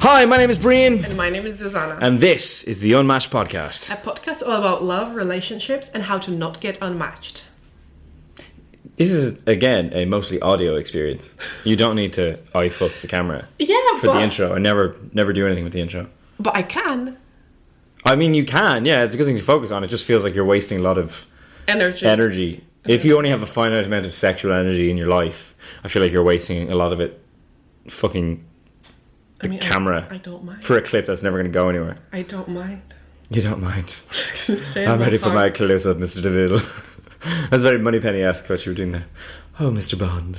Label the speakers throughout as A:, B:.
A: Hi, my name is Brian,
B: And my name is Susanna.
A: and this is the Unmatched Podcast.
B: a podcast all about love, relationships, and how to not get unmatched.
A: This is, again, a mostly audio experience. You don't need to I fuck the camera
B: Yeah,
A: for
B: but,
A: the intro. I never never do anything with the intro.
B: but I can.
A: I mean, you can, yeah, it's a good thing to focus on. It just feels like you're wasting a lot of
B: Energy.
A: energy. If you only have a finite amount of sexual energy in your life, I feel like you're wasting a lot of it fucking
B: I mean, I-
A: camera.
B: I, don't mind.
A: for a clip that's never going to go anywhere.
B: I don't mind.
A: You don't mind.
B: Stay in
A: I'm
B: my
A: ready for my
B: heart.
A: close up, Mr. DeVille. That's very moneypenny esque what you were doing there. Oh, Mr. Bond.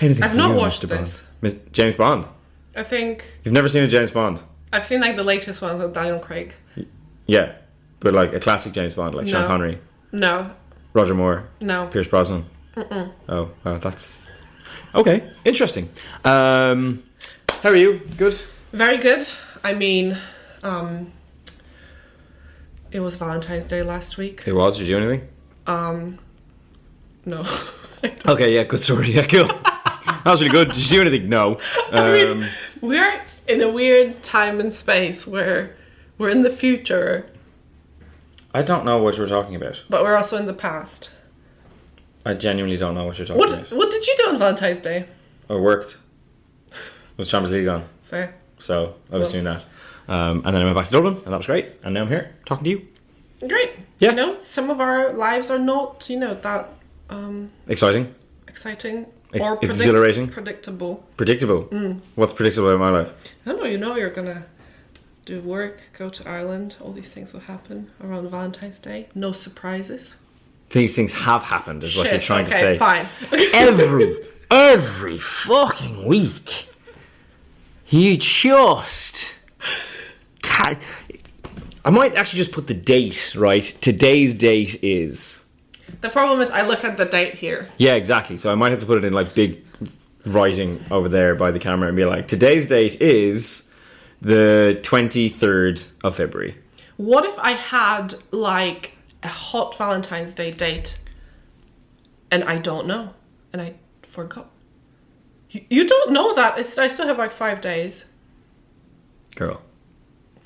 A: Anything
B: I've
A: for
B: not
A: you,
B: watched
A: Mr. Bond.
B: this.
A: Mis- James Bond.
B: I think
A: You've never seen a James Bond?
B: I've seen like the latest ones with Daniel Craig.
A: Yeah. But like a classic James Bond, like Sean
B: No.
A: Connery,
B: No,
A: Roger Moore,
B: no.
A: Pierce Brosnan. Oh, oh, that's. Okay, interesting. Um, how are you? Good?
B: Very good. I mean, um, it was Valentine's Day last week.
A: It was. Did you do anything?
B: Um, no.
A: Okay, yeah, good story. Yeah, cool. that was really good. Did you do anything? No.
B: I mean,
A: Um,
B: we're in a weird time and space where we're in the future,
A: I don't know what you were talking about.
B: but we're also in the past.
A: I genuinely don't know what you're talking
B: What
A: about.
B: What did you do on Valentine's Day?
A: I worked. It was Champions League on,
B: Fair.
A: so I was
B: Well.
A: doing that. Um, and then I went back to Dublin, and that was great. And now I'm here talking to you.
B: Great.
A: Yeah.
B: You know, some of our lives are not, you know, that um,
A: Exciting,
B: exciting
A: E-
B: or predict-
A: exhilarating.
B: predictable.
A: predictable.
B: Mm.
A: What's predictable in my life?
B: I don't know. You know, you're gonna do work, go to Ireland. All these things will happen around Valentine's Day. No surprises.
A: These things have happened, is what
B: Shit,
A: you're trying
B: okay,
A: to say.
B: Fine.
A: Every every fucking week, you just. Ca- I might actually just put the date right. Today's date is.
B: the problem is, I looked at the date here.
A: Yeah, exactly. So I might have to put it in like big writing over there by the camera and be like, today's date is the 23rd of February.
B: What if I had like a hot Valentine's Day date and I don't know and I forgot? You, you don't know that. It's, I still have like five days.
A: Girl,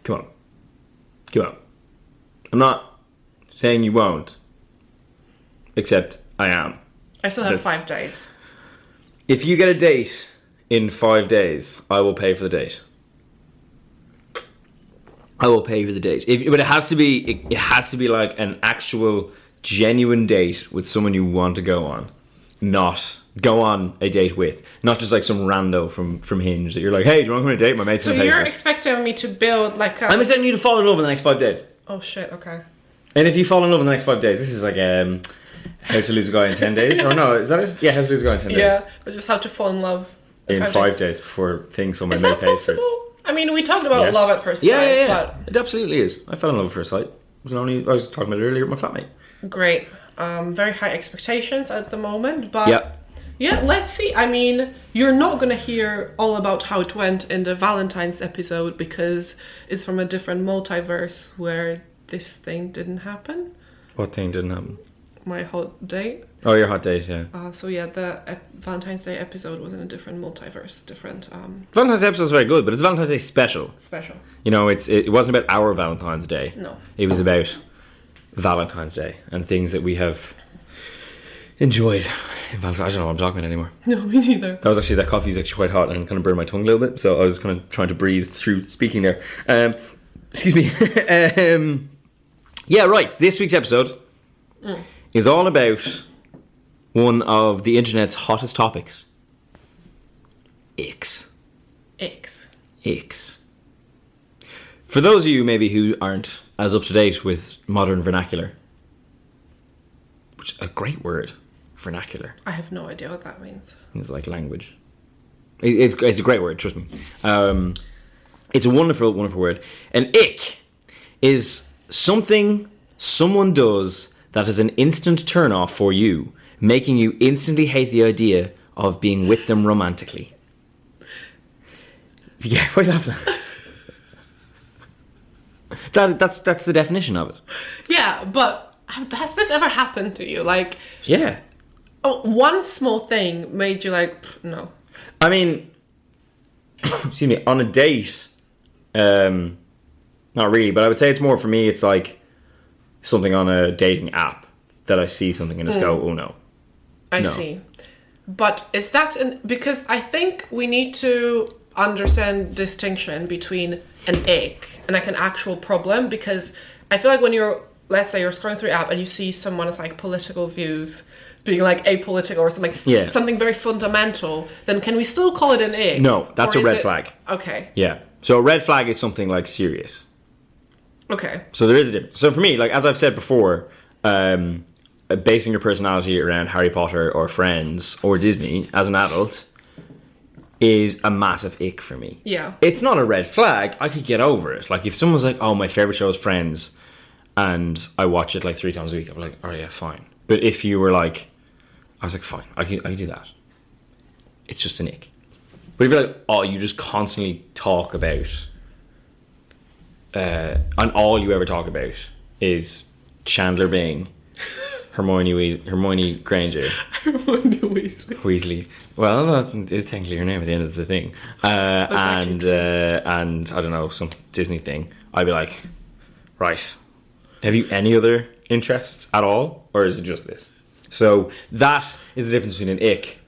A: come on. Come on. I'm not saying you won't, except I am.
B: I still have
A: That's-
B: five days.
A: If you get a date in five days, I will pay for the date. I will pay for the date. If, but it has to be it, it has to be like an actual genuine date with someone you want to go on, not go on a date with, not just like some rando from from Hinge that you're like, hey, do you want to come on a date? My mate's
B: So
A: in the
B: you're
A: basement."
B: expecting me to build like a.
A: I'm expecting you to fall in love in the next five days.
B: oh shit, okay.
A: And if you fall in love in the next five days, this is like um, how to lose a guy in ten days, or no? Is that it? Yeah, how to lose a guy in ten days.
B: Yeah, I just have to fall in love.
A: In
B: Five
A: five days before things on my
B: Is
A: mate
B: that
A: pays for. it.
B: possible? I mean, we talked about
A: Yes.
B: love at first sight,
A: yeah, yeah, yeah. It absolutely is. I fell in love at first sight. It was an only I was talking about it earlier with my flatmate.
B: but great. Um, very high expectations at the moment, but
A: Yep.
B: Yeah, let's see. I mean, you're not going to hear all about how it went in the Valentine's episode because it's from a different multiverse where this thing didn't happen.
A: What thing didn't happen?
B: My hot date.
A: Oh, your hot date, yeah.
B: Uh, so yeah, the ep- Valentine's Day episode was in a different multiverse, different um,
A: Valentine's Day episode's very good, but it's Valentine's Day special.
B: special.
A: You know, it's it, it wasn't about our Valentine's Day.
B: No.
A: It was about Valentine's Day and things that we have enjoyed. in Valentine's. I don't know what I'm talking about anymore.
B: No, me neither.
A: That was actually that coffee's actually quite hot and kind of burned my tongue a little bit, so I was kind of trying to breathe through speaking there. Um, excuse me. um, yeah, right. This week's episode is all about one of the internet's hottest topics: icks.
B: X.
A: Icks. For those of you maybe who aren't as up to date with modern vernacular, which is a great word, vernacular.
B: I have no idea what that means.
A: It's like language. It, it's, it's a great word, trust me. Um, it's a wonderful, wonderful word. An ick is something someone does that is an instant turnoff for you, making you instantly hate the idea of being with them romantically. Yeah, what are you laughing at? That, that's, that's the definition of it.
B: Yeah, but has this ever happened to you? Like,
A: Yeah.
B: oh, one small thing made you like, "Pff, no.
A: I mean, excuse me, on a date, um, not really, but I would say it's more for me. It's like something on a dating app that I see something and just go, oh no.
B: I
A: No.
B: see. But is that an because I think we need to understand distinction between an ache and like an actual problem because I feel like when you're let's say you're scrolling through app and you see someone with like political views being like apolitical or something
A: Yeah.
B: something very fundamental, then can we still call it an ache?
A: No, that's
B: Or
A: a
B: is
A: red
B: it-
A: flag.
B: Okay.
A: Yeah. So a red flag is something like serious.
B: Okay.
A: So there is a difference. So for me, like as I've said before, um, uh, basing your personality around Harry Potter or Friends or Disney as an adult is a massive ick for me.
B: Yeah.
A: It's not a red flag. I could get over it. Like if someone's like, "Oh, my favorite show is Friends," and I watch it like three times a week, I'm like, "Oh yeah, fine." But if you were like, I was like, "Fine, I can I can do that." It's just an ick. But if you're like, "Oh, you just constantly talk about," uh, and all you ever talk about is Chandler Bing, Hermione Weas- Hermione Granger.
B: Weasley.
A: Weasley. Well, that is technically her name at the end of the thing, uh, and uh, and I don't know some Disney thing. I'd be like, right, have you any other interests at all, or is it just this? So that is the difference between an ick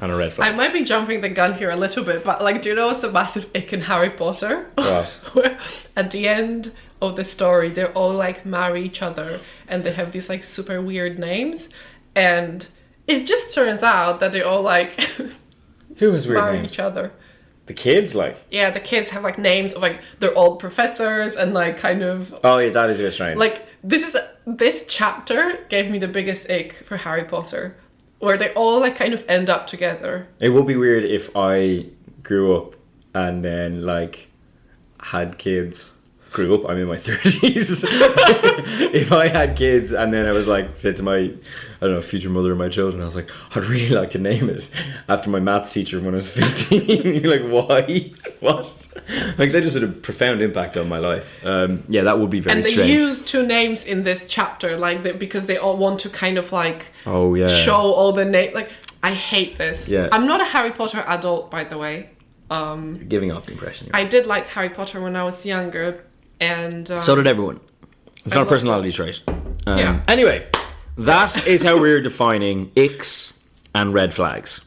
A: and a red
B: I
A: flag.
B: might be jumping the gun here a little bit, but like, do you know what's a massive ick in Harry Potter?
A: What?
B: Where at the end of the story, they're all like marry each other and they have these like super weird names. And it just turns out that they all like
A: Who has weird
B: marry
A: names?
B: each other.
A: The kids, like.
B: Yeah, the kids have like names of like, they're all professors and like kind of
A: Oh yeah, that is a bit strange.
B: like this is this chapter gave me the biggest ick for Harry Potter, where they all like kind of end up together.
A: It would be weird if I grew up and then like had kids. Grew up, I'm in my thirties. if I had kids and then I was like said to my I don't know, future mother of my children, I was like, I'd really like to name it after my maths teacher when I was fifteen. You're like, why? What? Like that just had a profound impact on my life. Um, yeah, that would be very
B: and they
A: strange.
B: use two names in this chapter like they, because they all want to kind of like
A: oh yeah.
B: show all the name like i hate this
A: Yeah.
B: i'm not a harry potter adult by the way um
A: You're giving off the impression.
B: i did like harry potter when i was younger and um,
A: So did everyone. It's not a
B: love
A: personality trait. Um,
B: Yeah.
A: Anyway, that is how we're defining icks and red flags.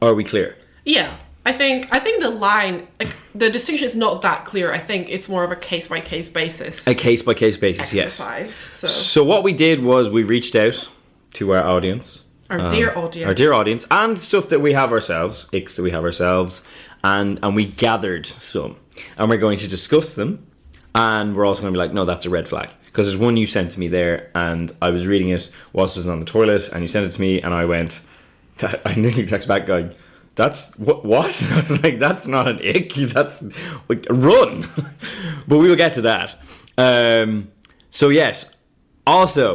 A: Are we clear?
B: yeah i think i think the line like, the distinction is not that clear i think it's more of a case by case basis
A: A case by case basis, yes.
B: exercise so
A: So what we did was we reached out to our audience,
B: our dear audience
A: um, our dear audience, and stuff that we have ourselves, icks that we have ourselves, and and we gathered some, and we're going to discuss them, and we're also going to be like, no, that's a red flag. Because there's one you sent to me there, and I was reading it whilst I was on the toilet, and you sent it to me, and I went, that- I nearly text back going, "That's what? What?" I was like, "That's not an ick. That's like run." but we will get to that. Um, so yes. Also,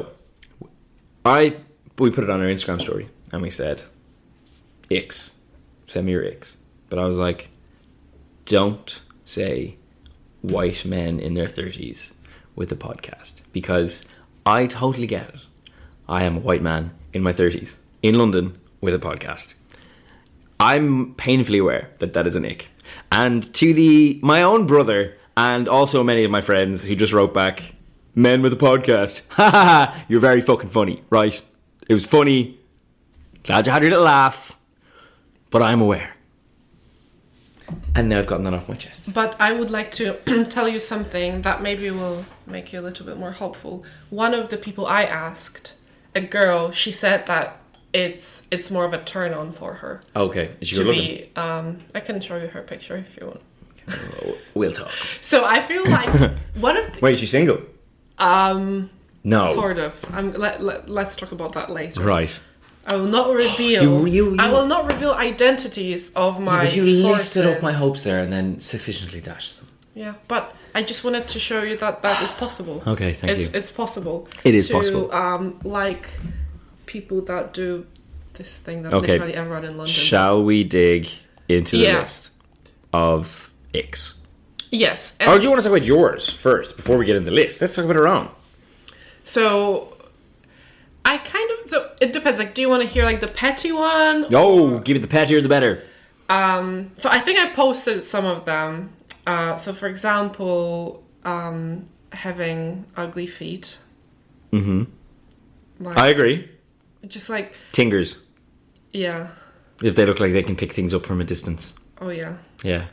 A: I we put it on our Instagram story and we said, "Icks, send me your icks." But I was like, "Don't say white men in their thirties with a podcast because I totally get it. I am a white man in my thirties in London with a podcast. I'm painfully aware that that is an ick. And to the my own brother and also many of my friends who just wrote back, "Men with a podcast, ha ha ha! You're very fucking funny, right? It was funny. Glad you had your little laugh, but I'm aware." And now I've gotten that off my chest.
B: But I would like to tell you something that maybe will make you a little bit more hopeful. One of the people I asked, a girl, she said that it's it's more of a turn on for her
A: Okay, is she
B: to
A: good looking?
B: be. Um, I can show you her picture if you want.
A: Oh, We'll talk.
B: So I feel like one of the,
A: Wait, is she single?
B: um
A: No.
B: sort of. I'm, let, let, let's talk about that later.
A: Right.
B: I will not reveal.
A: You- you-
B: I
A: you-
B: will not reveal identities of my.
A: but you lifted up
B: sources.
A: my hopes there and then sufficiently dashed them.
B: Yeah, but I just wanted to show you that that is possible.
A: Okay, thank
B: it's,
A: you.
B: It's possible.
A: It is
B: to,
A: possible.
B: Um, like people that do this thing that
A: Okay.
B: literally everyone in London.
A: Shall we dig into the
B: Yeah.
A: list of icks?
B: does. Yes. and
A: Or do you want to talk about yours first before we get into the list? Let's talk about our own.
B: so I kind of so it depends. Like, do you want to hear like the petty one?
A: Oh, give it the pettier the better.
B: Um, so I think I posted some of them. Uh, so for example, um, having ugly feet. Mm-hmm. Like,
A: I agree.
B: just like
A: Tingers,
B: yeah,
A: if they look like they can pick things up from a distance.
B: oh yeah,
A: Yeah.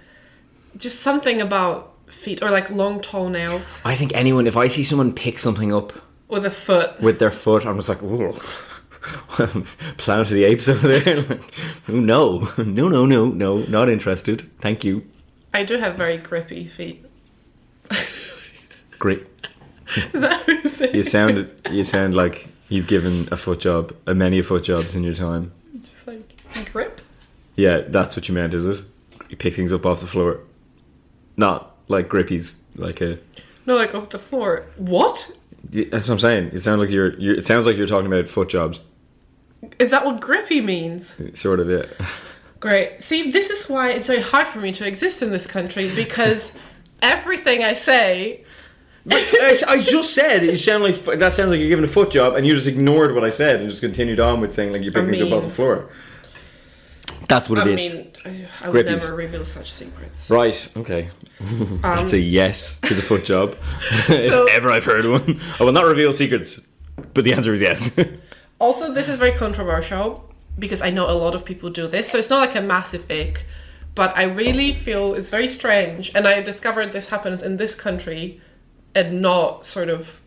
B: just something about feet or like long toenails
A: I think anyone, if I see someone pick something up
B: with a foot.
A: with their foot, I'm just like, whoa. Planet of the Apes over there. like, oh, no, no, no, no, no, not interested. Thank you.
B: I do have very grippy feet.
A: Great.
B: Is that what you say?
A: You sound, you sound like you've given a foot job, a many a foot jobs in your time.
B: Just like grip.
A: Yeah, that's what you meant, is it? You pick things up off the floor. Not like grippies, like a.
B: No, like off the floor. What?
A: Yeah, That's what I'm saying. It sounds like you're, you're. It sounds like you're talking about foot jobs,
B: Is that what grippy means?
A: sort of. Yeah.
B: Great. See, this is why it's so hard for me to exist in this country because everything I say.
A: uh, I, I just said you sound like that sounds like you're giving a foot job, and you just ignored what I said and just continued on with saying like you're picking
B: I
A: things up
B: mean-
A: off the floor. That's what
B: I
A: it
B: mean,
A: is.
B: I, I would
A: Grippies.
B: never reveal such secrets.
A: Right. Okay. That's a yes to the foot job.
B: um, So-
A: if ever I've heard one, I will not reveal secrets. But the answer is yes.
B: Also, this is very controversial because I know a lot of people do this, so it's not like a massive ick, but I really feel it's very strange, and I discovered this happens in this country and not sort of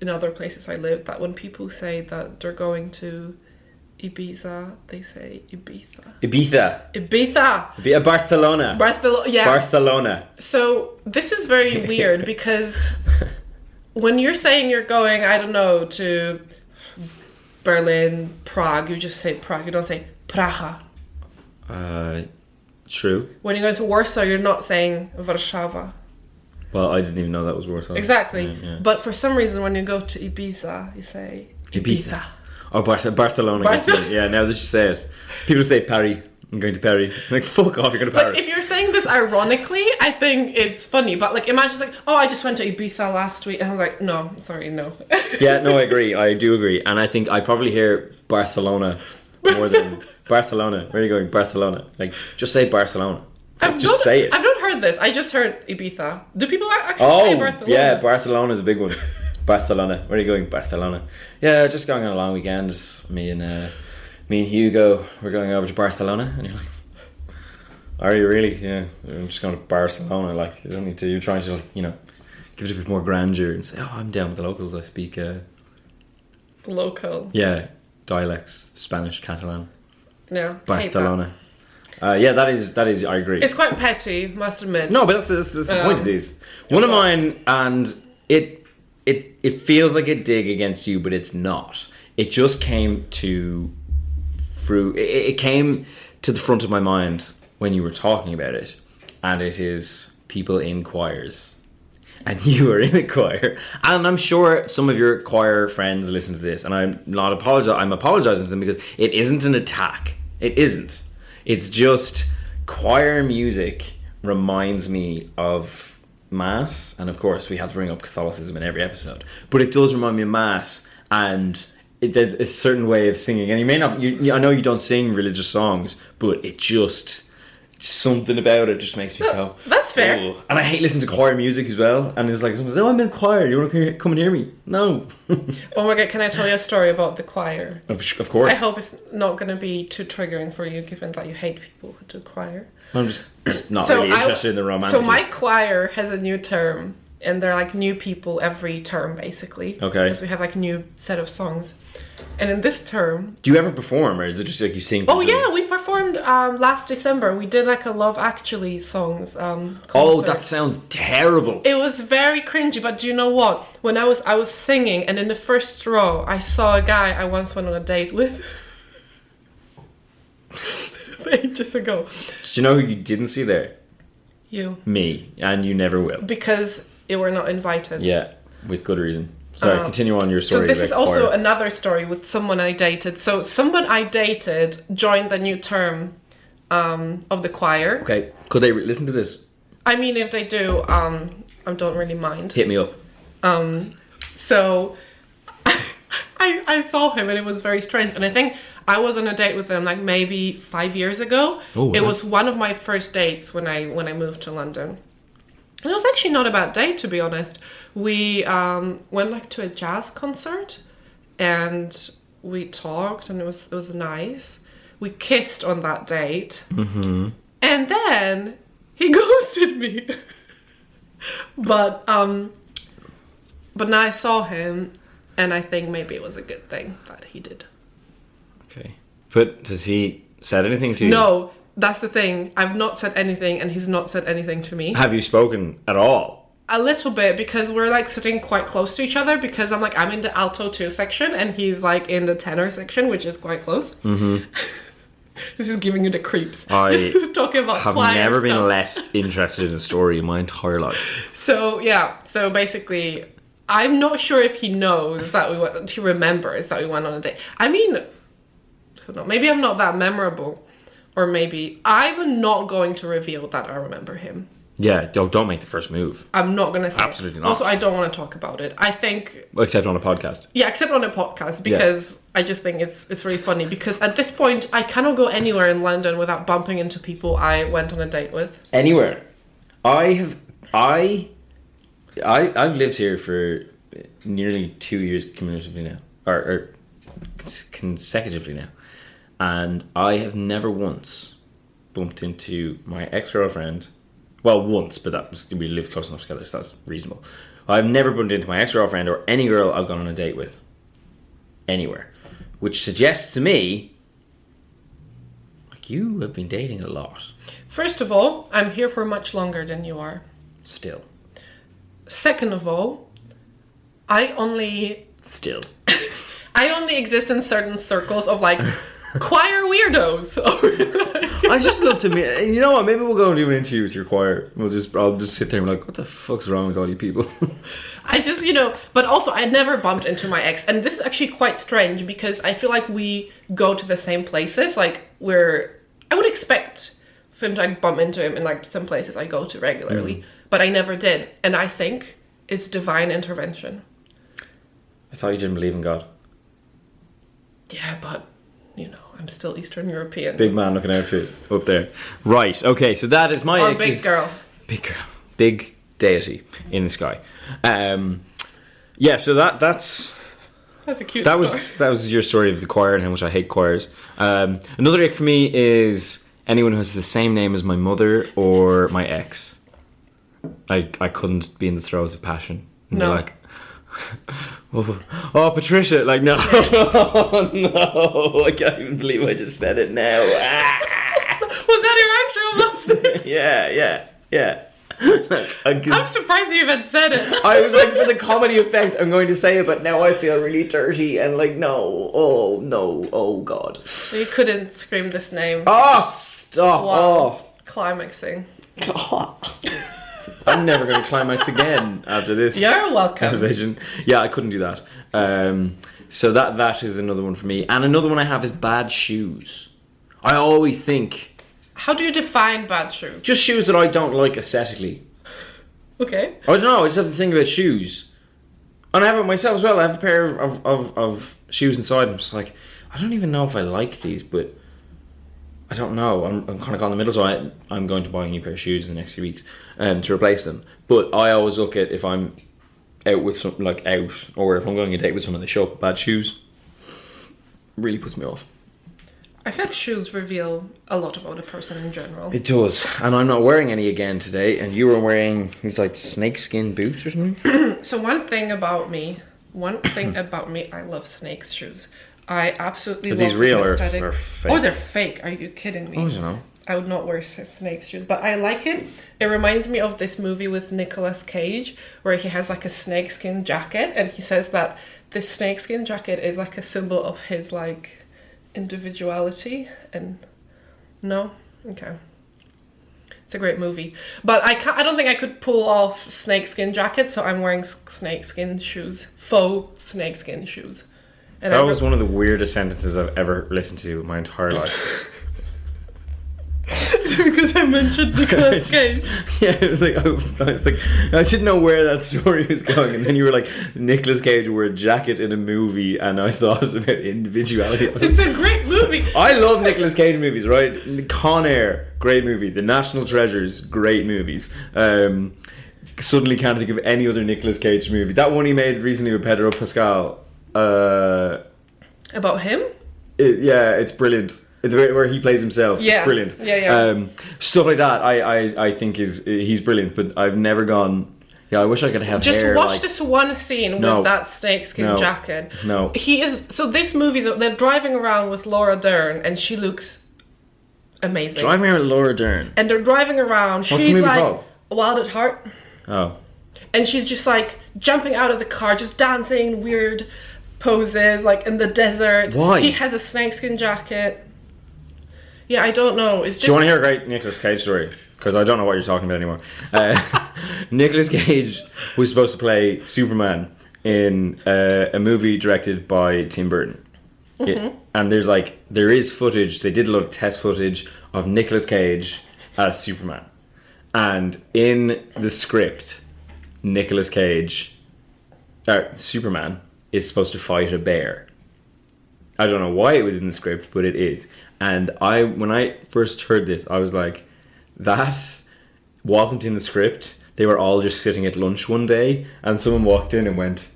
B: in other places I lived. That when people say that they're going to Ibiza, they say Ibiza.
A: Ibiza,
B: Ibiza!
A: Ibiza, Barcelona,
B: Barcelona, yeah.
A: Barcelona.
B: So this is very weird because when you're saying you're going, I don't know, to Berlin, Prague, you just say Prague. You don't say Praha.
A: Uh, true.
B: When you go to Warsaw, you're not saying Warszawa.
A: Well, I didn't even know that was Warsaw.
B: Exactly.
A: Yeah, yeah.
B: But for some reason, when you go to Ibiza, you say
A: Ibiza. Oh, Bar- Barcelona. gets
B: Barce-
A: me. Yeah, now that you say it, people say Paris. I'm going to Paris. like, fuck off, you're going to Paris.
B: If you're saying this ironically, I think it's funny. But like, imagine like, oh, I just went to Ibiza last week, and I'm like, no, sorry, no.
A: yeah, no, I agree. I do agree. And I think I probably hear Barcelona more than Barcelona. Where are you going? Barcelona. Like, just say Barcelona. Like,
B: I've
A: just
B: not,
A: say it.
B: I've not heard this. I just heard Ibiza. Do people ac- actually say
A: oh,
B: Barcelona?
A: yeah, Barcelona is a big one. Barcelona. Where are you going? Barcelona. Yeah, just going on a long weekend. Me and uh, me and Hugo, we're going over to Barcelona. And you're like, are you really? Yeah, I'm just going to Barcelona. Like, you don't need to. You're trying to, like, you know, give it a bit more grandeur and say, oh, I'm down with the locals. I speak, uh,
B: Local.
A: yeah, dialects, Spanish, Catalan.
B: Yeah. hate that.
A: Barcelona. Uh, yeah, that is that is. I agree.
B: It's quite petty, must admit.
A: no, but that's, that's, that's the
B: Um,
A: point of these. One of mine, and it it it feels like a dig against you, but it's not. It just came to through. It, it came to the front of my mind when you were talking about it, and it is people in choirs. And you are in a choir, and I'm sure some of your choir friends listen to this, and I'm not apologize. I'm apologizing to them because it isn't an attack. It isn't. It's just choir music reminds me of mass, and of course we have to bring up Catholicism in every episode. But it does remind me of mass, and it, there's a certain way of singing. And you may not. You, you- I know you don't sing religious songs, but it just something about it just makes me go.
B: that's fair.
A: "Ooh." And I hate listening to choir music as well. And it's like someone says, "Oh, I'm in choir. You want to come and hear me?" No,
B: Oh my god, can I tell you a story about the choir?
A: of, of course.
B: I hope it's not going to be too triggering for you, given that you hate people who do choir.
A: I'm just, just not really
B: I-
A: interested in the romantic.
B: So my choir has a new term, and they're like new people every term, basically.
A: Okay.
B: Because we have like a new set of songs, and in this term,
A: Do you ever perform, or is it just like you sing? for
B: oh
A: free?
B: yeah, we performed um, last December. We did like a Love Actually songs. Um,
A: Oh,
B: concert.
A: that sounds terrible.
B: It was very cringy, but do you know what? When I was I was singing, and in the first row, I saw a guy I once went on a date with. Ages ago,
A: Do you know who you didn't see there?
B: you
A: Me, and you never will.
B: because you were not invited.
A: Yeah, with good reason. Sorry,
B: Um,
A: continue on your
B: So
A: story.
B: this
A: about
B: is also
A: choir.
B: another story with someone I dated. So someone I dated joined the new term um, of the choir.
A: okay. Could they re- listen to this?
B: I mean, if they do, um, I don't really mind.
A: Hit me up.
B: So I, I saw him and it was very strange. And I think I was on a date with them like maybe five years ago.
A: Oh,
B: it
A: wow.
B: was one of my first dates when I when I moved to London. And it was actually not a bad date to be honest. We um, went like to a jazz concert and we talked and it was it was nice. We kissed on that date.
A: Mm-hmm.
B: And then he ghosted me. but um but now I saw him and I think maybe it was a good thing that he did.
A: Okay. But has he said anything to you?
B: No, that's the thing. I've not said anything and he's not said anything to me.
A: Have you spoken at all?
B: A little bit because we're like sitting quite close to each other because I'm like I'm in the alto 2 section and he's like in the tenor section which is quite close. this is giving you the creeps.
A: Mm-hmm. I
B: talking about
A: Have
B: choir
A: never been
B: stuff.
A: less interested in a story in my entire life.
B: So yeah, so basically, I'm not sure if he knows that we went. He remembers that we went on a date. I mean, I don't know, maybe I'm not that memorable, or maybe I'm not going to reveal that I remember him.
A: Yeah, don't, don't make the first move,
B: I'm not gonna say. it.
A: Absolutely not.
B: Also, I don't want to talk about it. I think
A: except on a podcast.
B: yeah, except on a podcast because I just think it's it's really funny because at this point I cannot go anywhere in London without bumping into people I went on a date with.
A: Anywhere. I have. I. I I've lived here for nearly two years cumulatively now, or, or cons- consecutively now, and I have never once bumped into my ex girlfriend. Well, once, but that was we lived close enough together, so that's reasonable. I've never bumped into my ex girlfriend or any girl I've gone on a date with anywhere, which suggests to me, like you have been dating a lot
B: First of all, I'm here for much longer than you are.
A: still.
B: Second of all, I only
A: Still.
B: I only exist in certain circles of like choir weirdos.
A: Oh, I just love to meet. You know what? Maybe we'll go and do an interview with your choir. We'll just, I'll just sit there and be like, what the fuck's wrong with all you people?
B: I just, you know, but also I never bumped into my ex, and this is actually quite strange because I feel like we go to the same places. Like we're, I would expect for him to like bump into him in like some places I go to regularly,
A: Mm.
B: but I never did, and I think it's divine intervention.
A: I thought you didn't believe in God.
B: Yeah, but you know, I'm still Eastern European.
A: Big man looking out for you up there. Right. Okay. So that is my
B: or
A: ick
B: big
A: is-
B: girl.
A: Big girl. Big deity in the sky. Um, yeah. So that that's
B: That's a cute.
A: that
B: story.
A: was that was your story of the choir and how much I hate choirs. Um, another ick for me is anyone who has the same name as my mother or my ex. I I couldn't be in the throes of passion. And be
B: No.
A: Like, oh, oh, Patricia! Like no, oh, no! I can't even believe I just said it now. Ah.
B: Was that your actual mistake?
A: yeah, yeah, yeah. I,
B: I'm surprised you even said it.
A: I was like, for the comedy effect, I'm going to say it, but now I feel really dirty and like, no, oh no, oh god.
B: So you couldn't scream this name.
A: Oh, stop.
B: Wow. Climaxing.
A: Oh. I'm never going to climax again after this
B: You're welcome.
A: conversation. Yeah, I couldn't do that. Um, so that that is another one for me. And another one I have is bad shoes. I always think
B: How do you define bad shoes?
A: just shoes that I don't like aesthetically.
B: Okay.
A: I don't know. I just have to think about shoes, and I have it myself as well. I have a pair of of, of shoes inside. I'm just like, I don't even know if I like these, but I don't know. I'm, I'm kind of caught in the middle, so I I'm going to buy a new pair of shoes in the next few weeks um, to replace them. But I always look at if I'm out with some like out, or if I'm going on a date with someone, they show up with bad shoes. Really puts me off.
B: I think shoes reveal a lot about a person in general.
A: It does, and I'm not wearing any again today. And you were wearing these like snakeskin boots or something.
B: So one thing about me, one thing about me, I love snakes shoes. I absolutely
A: Hmm. Are
B: love
A: these real
B: this
A: or-
B: aesthetic.
A: or fake? Oh,
B: Oh, they're fake. Are you kidding me?
A: I don't know.
B: I would not wear s- snake shoes, but I like it. It reminds me of this movie with Nicolas Cage where he has like a snakeskin jacket and he says that this snakeskin jacket is like a symbol of his like individuality and no, okay. It's a great movie, but I can't, I don't think I could pull off snakeskin jacket, so I'm wearing s- snakeskin shoes, faux snakeskin shoes. And I
A: That
B: re-
A: was one of the weirdest sentences I've ever listened to in my entire life.
B: because I mentioned Nicolas Cage.
A: yeah, it was like oh, I was like I should know where that story was going, and then you were like Nicolas Cage wore a jacket in a movie, and I thought about individuality. I, was like,
B: It's a great movie.
A: I love Nicolas Cage movies, right? Con Air, great movie. The National Treasures, great movies. Um, suddenly can't think of any other Nicolas Cage movie. That one he made recently with Pedro Pascal. Uh,
B: About him?
A: it, yeah, it's brilliant. It's where, where he plays himself.
B: Yeah.
A: It's brilliant.
B: Yeah, yeah.
A: Um, stuff like that. I, I, I think is he's brilliant, but I've never gone. Yeah, I wish I could have
B: Just
A: hair
B: watch
A: like-
B: this one scene
A: No.
B: with that snakeskin
A: No.
B: jacket.
A: No.
B: He is. So, this movie's. They're driving around with Laura Dern, and she looks amazing.
A: Driving around with Laura Dern.
B: and they're driving around.
A: the
B: she's
A: movie
B: like
A: called?
B: wild at heart,
A: Oh,
B: and she's just like jumping out of the car, just dancing weird poses, like in the desert.
A: Why?
B: He has a snakeskin jacket. Yeah, I don't know. It's just
A: do you want to hear a great Nicolas Cage story? Because I don't know what you're talking about anymore. Uh, Nicolas Cage was supposed to play Superman in uh, a movie directed by Tim Burton. It- and there's like there is footage. They did a lot of test footage of Nicolas Cage as Superman, and in the script, Nicolas Cage, or Superman, is supposed to fight a bear. I don't know why it was in the script, but it is. And I, when I first heard this, I was like, that wasn't in the script. They were all just sitting at lunch one day, and someone walked in and went,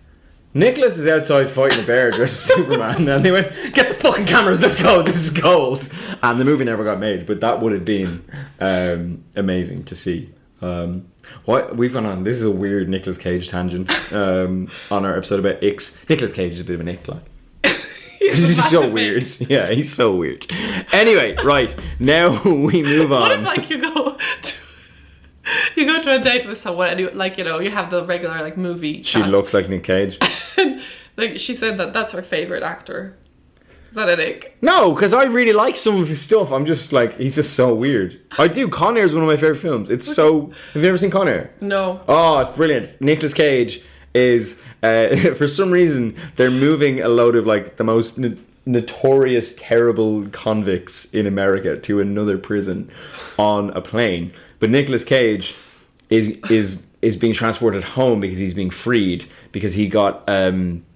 A: Nicholas is outside fighting a bear dressed as Superman. And they went, Get the fucking cameras, let's go, this is gold. And the movie never got made, but that would have been um, amazing to see. Um, what we've gone on, this is a weird Nicolas Cage tangent um, on our episode about Icks. Nicolas Cage is a bit of an ick, like.
B: He's a
A: He's so
B: massive
A: weird. Yeah, he's so weird. Anyway, right now we move
B: What if
A: on.
B: like you go to you go to a date with someone and you like you know you have the regular like movie
A: She
B: chat.
A: looks like Nick Cage.
B: like she said that that's her favorite actor. Is that an ick?
A: No, because I really like some of his stuff. I'm just like he's just so weird. I do. Con Air is one of my favorite films. It's so. Have you ever seen Con Air?
B: No.
A: Oh, it's brilliant. Nicolas Cage is uh, for some reason they're moving a load of like the most n- notorious terrible convicts in America to another prison on a plane. But Nicolas Cage is is is being transported home because he's being freed because he got um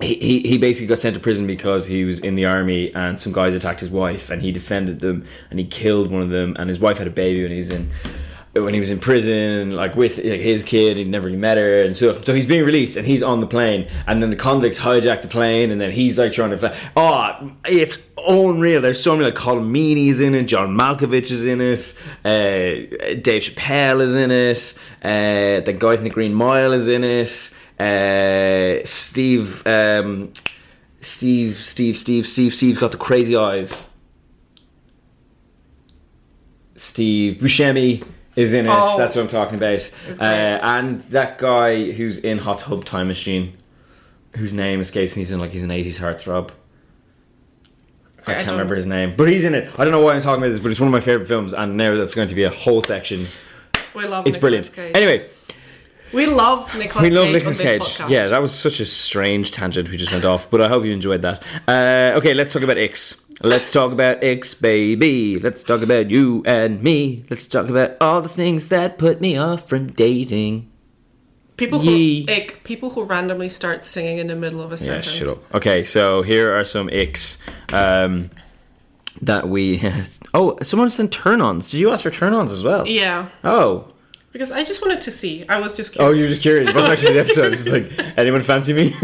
A: he, he he basically got sent to prison because he was in the army and some guys attacked his wife and he defended them and he killed one of them and his wife had a baby when he's in when he was in prison like with like, his kid he'd never really met her and stuff so he's being released and he's on the plane and then the convicts hijack the plane and then he's like trying to fly oh it's unreal there's so many like Colomini's in it John Malkovich is in it uh, Dave Chappelle is in it uh, the guy from the Green Mile is in it uh, Steve, um, Steve, Steve, Steve, Steve, Steve's got the crazy eyes. Steve Buscemi is in it.
B: Oh.
A: That's what I'm talking about.
B: It's
A: Uh,
B: great.
A: and that guy who's in Hot Tub Time Machine, whose name escapes me, he's in like he's an 80s heartthrob. I
B: I
A: can't
B: don't-
A: remember his name, but he's in it. I don't know why I'm talking about this, but it's one of my favorite films, and now that's going to be a whole
B: Oh
A: section.
B: We love
A: It's
B: Nicolas
A: brilliant.
B: Cage.
A: Anyway,
B: We love Nicolas
A: we
B: Cage.
A: love
B: on
A: Nicolas
B: this
A: Cage.
B: Podcast.
A: Yeah, that was such a strange tangent we just went off, but I hope you enjoyed that. Uh, okay, let's talk about X. Let's talk about X, baby. Let's talk about you and me. Let's talk about all the things that put me off from dating.
B: people
A: Yee.
B: who ick, people who randomly start singing in the middle of a
A: Yeah,
B: sentence.
A: shut up. Okay, so here are some X um, that we. oh, someone sent turn ons. Did you ask for turn ons as well?
B: Yeah,
A: Oh.
B: because I just wanted to see. I was just
A: Oh,
B: curious.
A: you're just curious. It wasn't actually the episode. It's just like, anyone fancy me?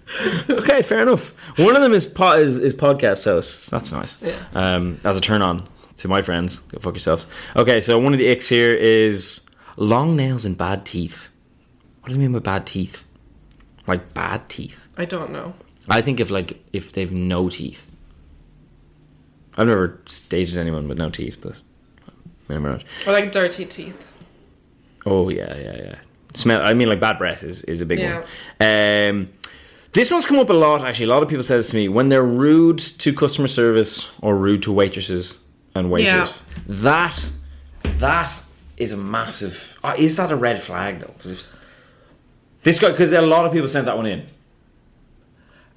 A: okay, fair enough. One of them is po- is, is podcast hosts. That's nice.
B: Yeah.
A: Um, as a turn on to my friends. Go fuck yourselves. Okay, so one of the icks here is long nails and bad teeth. What do you mean by bad teeth? Like bad teeth.
B: I don't know.
A: I think if like if they've no teeth. I've never dated anyone with no teeth, but never mind.
B: Or like dirty teeth.
A: Oh yeah, yeah, yeah. Smell. I mean, like bad breath is, is a big
B: Yeah.
A: one. Um, this one's come up a lot. Actually, a lot of people say this to me when they're rude to customer service or rude to waitresses and waiters. That that is a massive. Uh, is that a red flag though? Because this guy, because a lot of people sent that one in.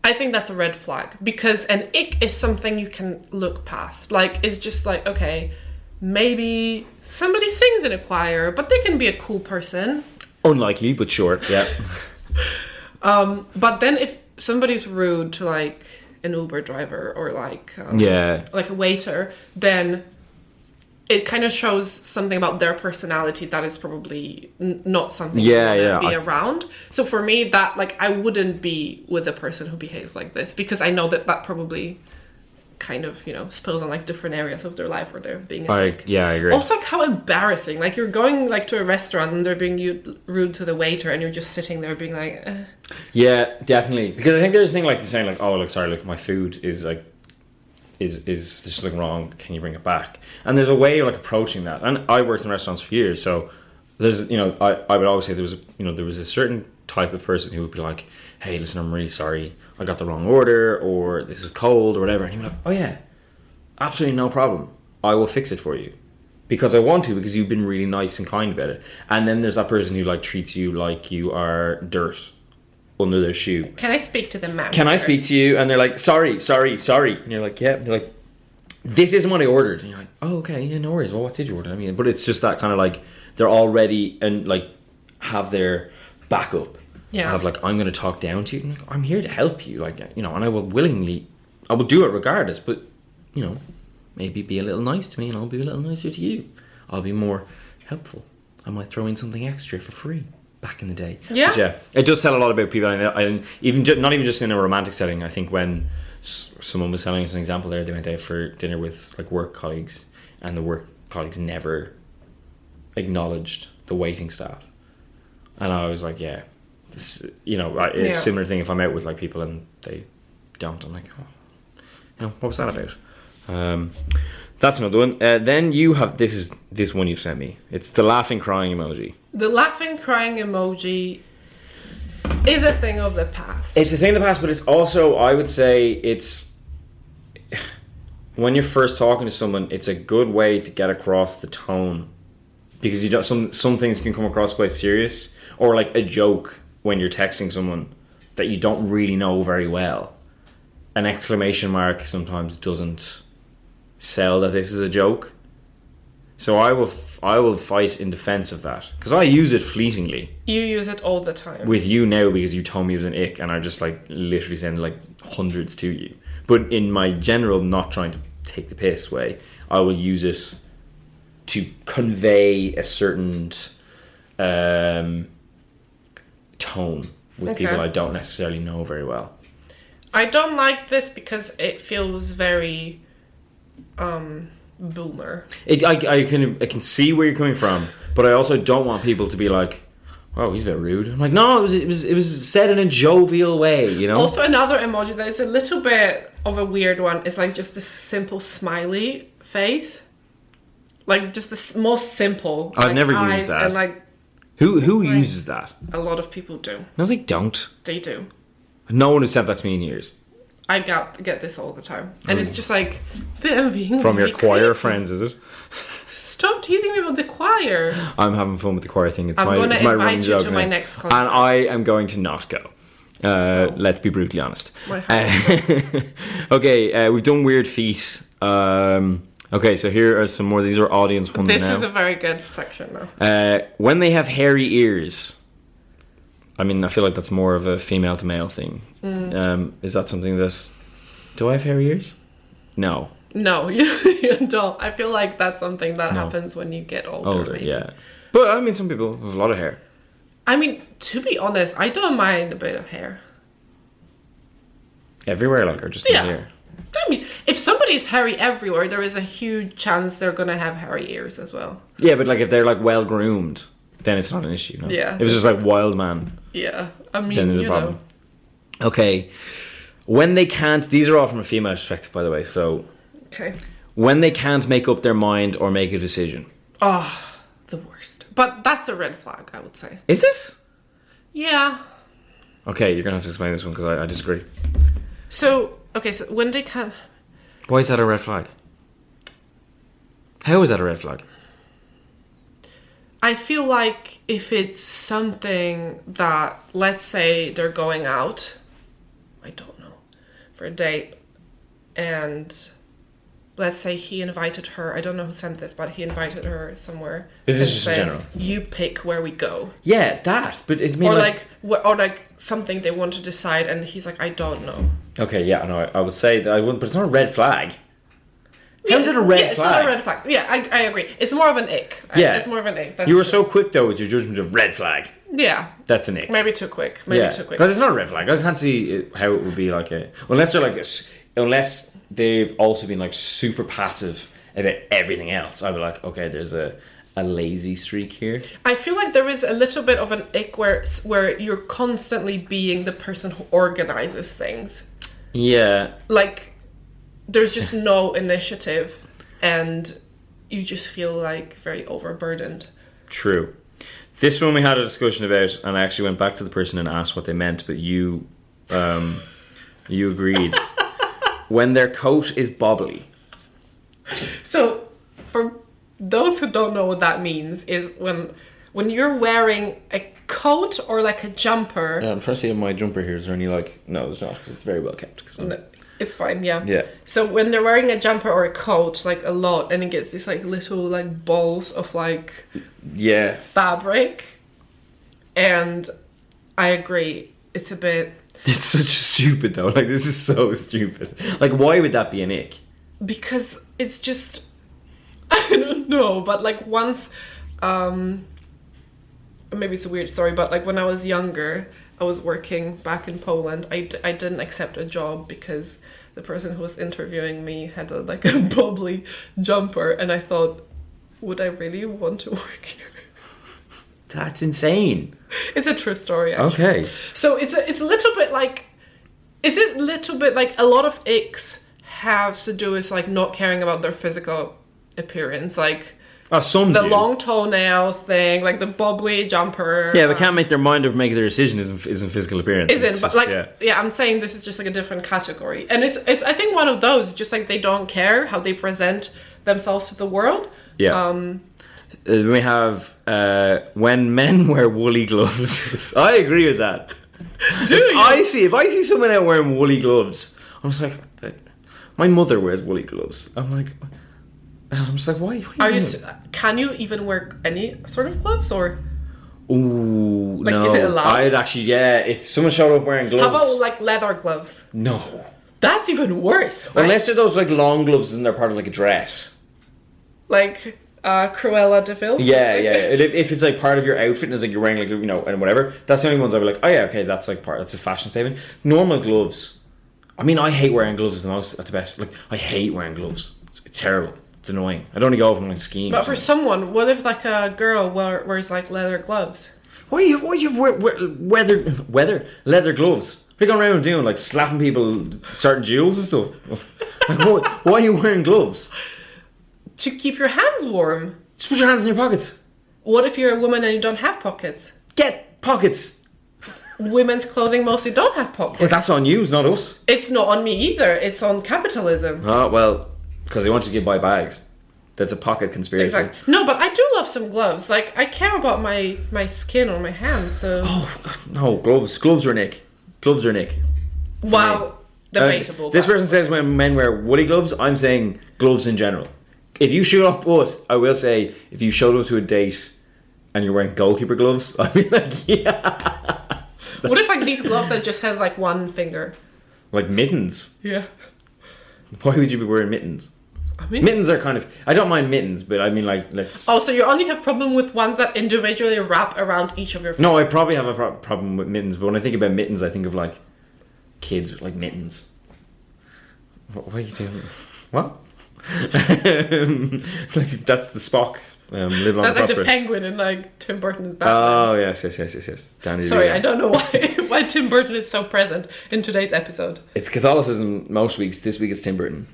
B: I think that's a red flag because an ick is something you can look past. Like it's just like okay, Maybe somebody sings in a choir, but they can be a cool person.
A: Unlikely, but sure. Yeah.
B: Um, but then if somebody's rude to like an Uber driver or like um,
A: Yeah.
B: like a waiter, then it kind of shows something about their personality that is probably n- not something
A: Yeah,
B: you
A: yeah,
B: want to
A: I-
B: be around. So for me, that like I wouldn't be with a person who behaves like this because I know that that probably kind of you know spills on like different areas of their life where they're being a
A: I,
B: dick.
A: yeah, I agree.
B: Also, like how embarrassing! Like you're going like to a restaurant and they're being you rude to the waiter, and you're just sitting there being like, eh.
A: Yeah, definitely. Because I think there's a thing like you're saying, like, oh, like, sorry, like, my food is like, is is there's something wrong? Can you bring it back? And there's a way of like approaching that. And I worked in restaurants for years, so there's you know I, I would always say there was a, you know there was a certain type of person who would be like, hey, listen, I'm really sorry, I got the wrong order, or this is cold, or whatever. And you're like, oh yeah, absolutely no problem. I will fix it for you because I want to because you've been really nice and kind about it. And then there's that person who like treats you like you are dirt under their shoe.
B: "Can I speak to the manager?"
A: Can I speak to you? And they're like, sorry, sorry, sorry. And you're like, yeah. And they're like, this isn't what I ordered. And you're like, oh, okay, yeah, no worries. Well, what did you order? I mean, but it's just that kind of like they're already and like have their backup.
B: Yeah.
A: Have like, I'm going to talk down to you. And like, I'm here to help you. Like, you know, and I will willingly, I will do it regardless. But, you know, maybe be a little nice to me and I'll be a little nicer to you. I'll be more helpful. I might throw in something extra for free back in the day.
B: Yeah.
A: But yeah. It does tell a lot about people. I, I didn't- even ju- not even just in a romantic setting. I think when s- someone was telling us an example there, they went out for dinner with like work colleagues, and the work colleagues never acknowledged the waiting staff. And I was like, yeah, this, you know, I, it's
B: Yeah.
A: similar thing if I'm out with like people and they don't. I'm like, oh, you know, what was that about? Um, that's another one. Uh, then you have this is this one you've sent me. It's the laughing crying emoji.
B: The laughing crying emoji is a thing of the past.
A: It's a thing in the past, but it's also I would say it's when you're first talking to someone, it's a good way to get across the tone because you don't some some things can come across quite serious or like a joke when you're texting someone that you don't really know very well. An exclamation mark sometimes doesn't sell that this is a joke. So I will f- I will fight in defense of that because I use it fleetingly
B: you use it all the time.
A: with you now because you told me it was an ick and I just like literally send like hundreds to you. But in my general not trying to take the piss way, I will use it to convey a certain um, tone with
B: Okay.
A: people I don't necessarily know very well.
B: I don't like this because it feels very um boomer.
A: It, I, I can I can see where you're coming from, but I also don't want people to be like, "Oh, he's a bit rude." I'm like, "No, it was it was, it was said in a jovial way," you know.
B: Also another emoji that is a little bit of a weird one is like just this simple smiley face. Like just the s- most simple.
A: I've
B: like,
A: never used
B: eyes
A: that.
B: And like
A: who who uses that?
B: a lot of people do.
A: No, they don't.
B: They do.
A: No one has said that to me in years.
B: I got get this all the time. And it's just like them being
A: From your
B: really
A: choir
B: creepy.
A: friends, is it?
B: Stop teasing me about the choir.
A: I'm having fun with the choir thing. It's
B: I'm
A: my,
B: gonna
A: it's my
B: invite
A: running
B: you
A: joke
B: to my
A: now.
B: next concert. Oh.
A: And I am going to not go. Uh, Let's be brutally honest.
B: My heart
A: Uh, okay, uh, we've done weird feet. Um, okay, so here are some more. These are audience ones
B: This
A: now.
B: is a very good section now.
A: Uh, when they have hairy ears, I mean, I feel like that's more of a female to male thing.
B: Mm.
A: Um, is that something that? Do I have hairy ears? No.
B: No, you, you don't. I feel like that's something that
A: No.
B: happens when you get older.
A: Older,
B: maybe.
A: yeah. But I mean, some people have a lot of hair.
B: I mean, to be honest, I don't mind a bit of hair.
A: everywhere, like or just
B: Yeah.
A: in here.
B: I mean, if somebody's hairy everywhere, there is a huge chance they're gonna have hairy ears as well.
A: Yeah, but like if they're like well groomed, then it's not an issue. No?
B: Yeah.
A: if it's just like wild man,
B: Yeah, I mean,
A: then there's
B: you
A: a problem.
B: know,
A: Okay, when they can't, these are all from a female perspective, by the way. So
B: okay.
A: when they can't make up their mind or make a decision,
B: Oh, the worst. But that's a red flag, I would say.
A: is it?
B: Yeah.
A: Okay, you're gonna have to explain this one because I, I disagree.
B: So okay, so when they can,
A: Why is that a red flag? How is that a red flag?
B: I feel like if it's something that, let's say, they're going out, I don't know, for a date, and let's say he invited her. I don't know who sent this, but he invited her somewhere.
A: This is
B: and
A: just in general.
B: You pick where we go,
A: Yeah, that. But it's me
B: or
A: like,
B: like, wh- or like something they want to decide, and he's like, I don't know.
A: okay, yeah, no, I, I would say that I wouldn't, but it's not a red flag. How is it a red
B: yeah, It's
A: flag?
B: not a red flag. Yeah, I, I agree. It's more of an ick. I-
A: Yeah.
B: it's more of an ick. That's
A: you were
B: true.
A: so quick though with your judgment of red flag.
B: yeah.
A: That's an ick.
B: Maybe too quick. Maybe too quick.
A: Because it's not a red flag. I can't see it- how it would be like a unless they're like this, unless they've also been like super passive about everything else. I'd be like, okay, there's a a lazy streak here.
B: I feel like there is a little bit of an ick where where you're constantly being the person who organizes things.
A: Yeah,
B: Like there's just no initiative and you just feel like very overburdened.
A: true. This one we had a discussion about, and I actually went back to the person and asked what they meant, but you, um, you agreed. when their coat is bobbly.
B: So for those who don't know what that means is when when you're wearing a coat or like a jumper
A: I'm trying to see if my jumper here is there any like no, there's not because it's very well kept. Cause I'm-
B: It's fine, yeah.
A: Yeah.
B: So when they're wearing a jumper or a coat, like a lot, and it gets these like little like balls of like
A: yeah,
B: fabric, and I agree, it's a bit
A: It's such stupid though. Like this is so stupid. Like why would that be an ick?
B: because it's just I don't know, but like once, um, maybe it's a weird story, but like when I was younger, I was working back in Poland. I, d- I didn't accept a job because the person who was interviewing me had a, like a bubbly jumper, and I thought, would I really want to work here?
A: That's insane.
B: It's a true story. Actually.
A: Okay.
B: So it's a, it's a little bit like, it's a little bit like a lot of icks have to do with like not caring about their physical appearance, like
A: Oh, some
B: the
A: do.
B: long toenails thing, like the bobbly jumper.
A: Yeah, but
B: um,
A: can't make their mind up, make their decision isn't, isn't physical appearance.
B: Isn't
A: It's
B: but
A: just-
B: like
A: yeah.
B: yeah. I'm saying this is just like a different category, and it's it's I think one of those just like they don't care how they present themselves to the world.
A: Yeah.
B: Um,
A: Uh, we have uh, when men wear woolly gloves. I agree with that.
B: do
A: If
B: you?
A: I see if I see someone out wearing woolly gloves, I'm just like, "That- my mother wears woolly gloves. I'm like, and I'm just like, why? What
B: are you?
A: doing?"
B: s- Can you even wear any sort of gloves or?
A: Ooh,
B: Like,
A: no.
B: is it allowed?
A: I'd actually, yeah. If someone showed up wearing gloves,
B: How about like leather gloves?
A: no.
B: That's even worse.
A: Unless they're those like long gloves and they're part of like a dress.
B: like uh, Cruella Deville.
A: Yeah, yeah. And if, if it's like part of your outfit and it's like you're wearing like you know and whatever, that's the only ones I'd be like, oh yeah, okay, that's like part. That's a fashion statement. Normal gloves. I mean, I hate wearing gloves the most at the best. Like I hate wearing gloves. It's, it's terrible. It's annoying. I'd only go over my skiing.
B: But
A: or
B: for
A: something.
B: someone, what if like a girl wear, wears like leather gloves?
A: why are you why are you wear, wear, weather weather leather gloves? What are you going around doing like slapping people, starting duels and stuff? like why, why are you wearing gloves?
B: To keep your hands warm.
A: Just put your hands in your pockets.
B: What if you're a woman and you don't have pockets?
A: Get pockets.
B: Women's clothing mostly don't have pockets.
A: Well, that's on you, it's not us.
B: It's not on me either. It's on capitalism.
A: Oh, well, because they want you to buy bags. That's a pocket conspiracy.
B: Exactly. No, but I do love some gloves. Like I care about my my skin or my hands. So
A: Oh, God, no, gloves. Gloves are Nick. Gloves are Nick.
B: wow,
A: Uh,
B: debatable.
A: this
B: but-
A: person says when men wear woolly gloves, I'm saying gloves in general. If you show up, but I will say, if you showed up to a date and you're wearing goalkeeper gloves, I'd be like, yeah.
B: what if like these gloves that just have like one finger?
A: Like mittens.
B: Yeah.
A: Why would you be wearing mittens?
B: I mean,
A: Mittens are kind of. I don't mind mittens, but I mean, like, let's.
B: oh, so you only have problem with ones that individually wrap around each of your.
A: No, I probably have a pro- problem with mittens, but when I think about mittens, I think of like kids with like mittens. What, what are you doing? What? Um, like that's the Spock. Um, live long and
B: That's like
A: prosper.
B: the penguin in like Tim Burton's Batman.
A: Oh yes, yes, yes, yes, yes. Danny
B: Sorry,
A: DeVito.
B: I don't know why why Tim Burton is so present in today's episode.
A: It's Catholicism most weeks. This week it's Tim Burton.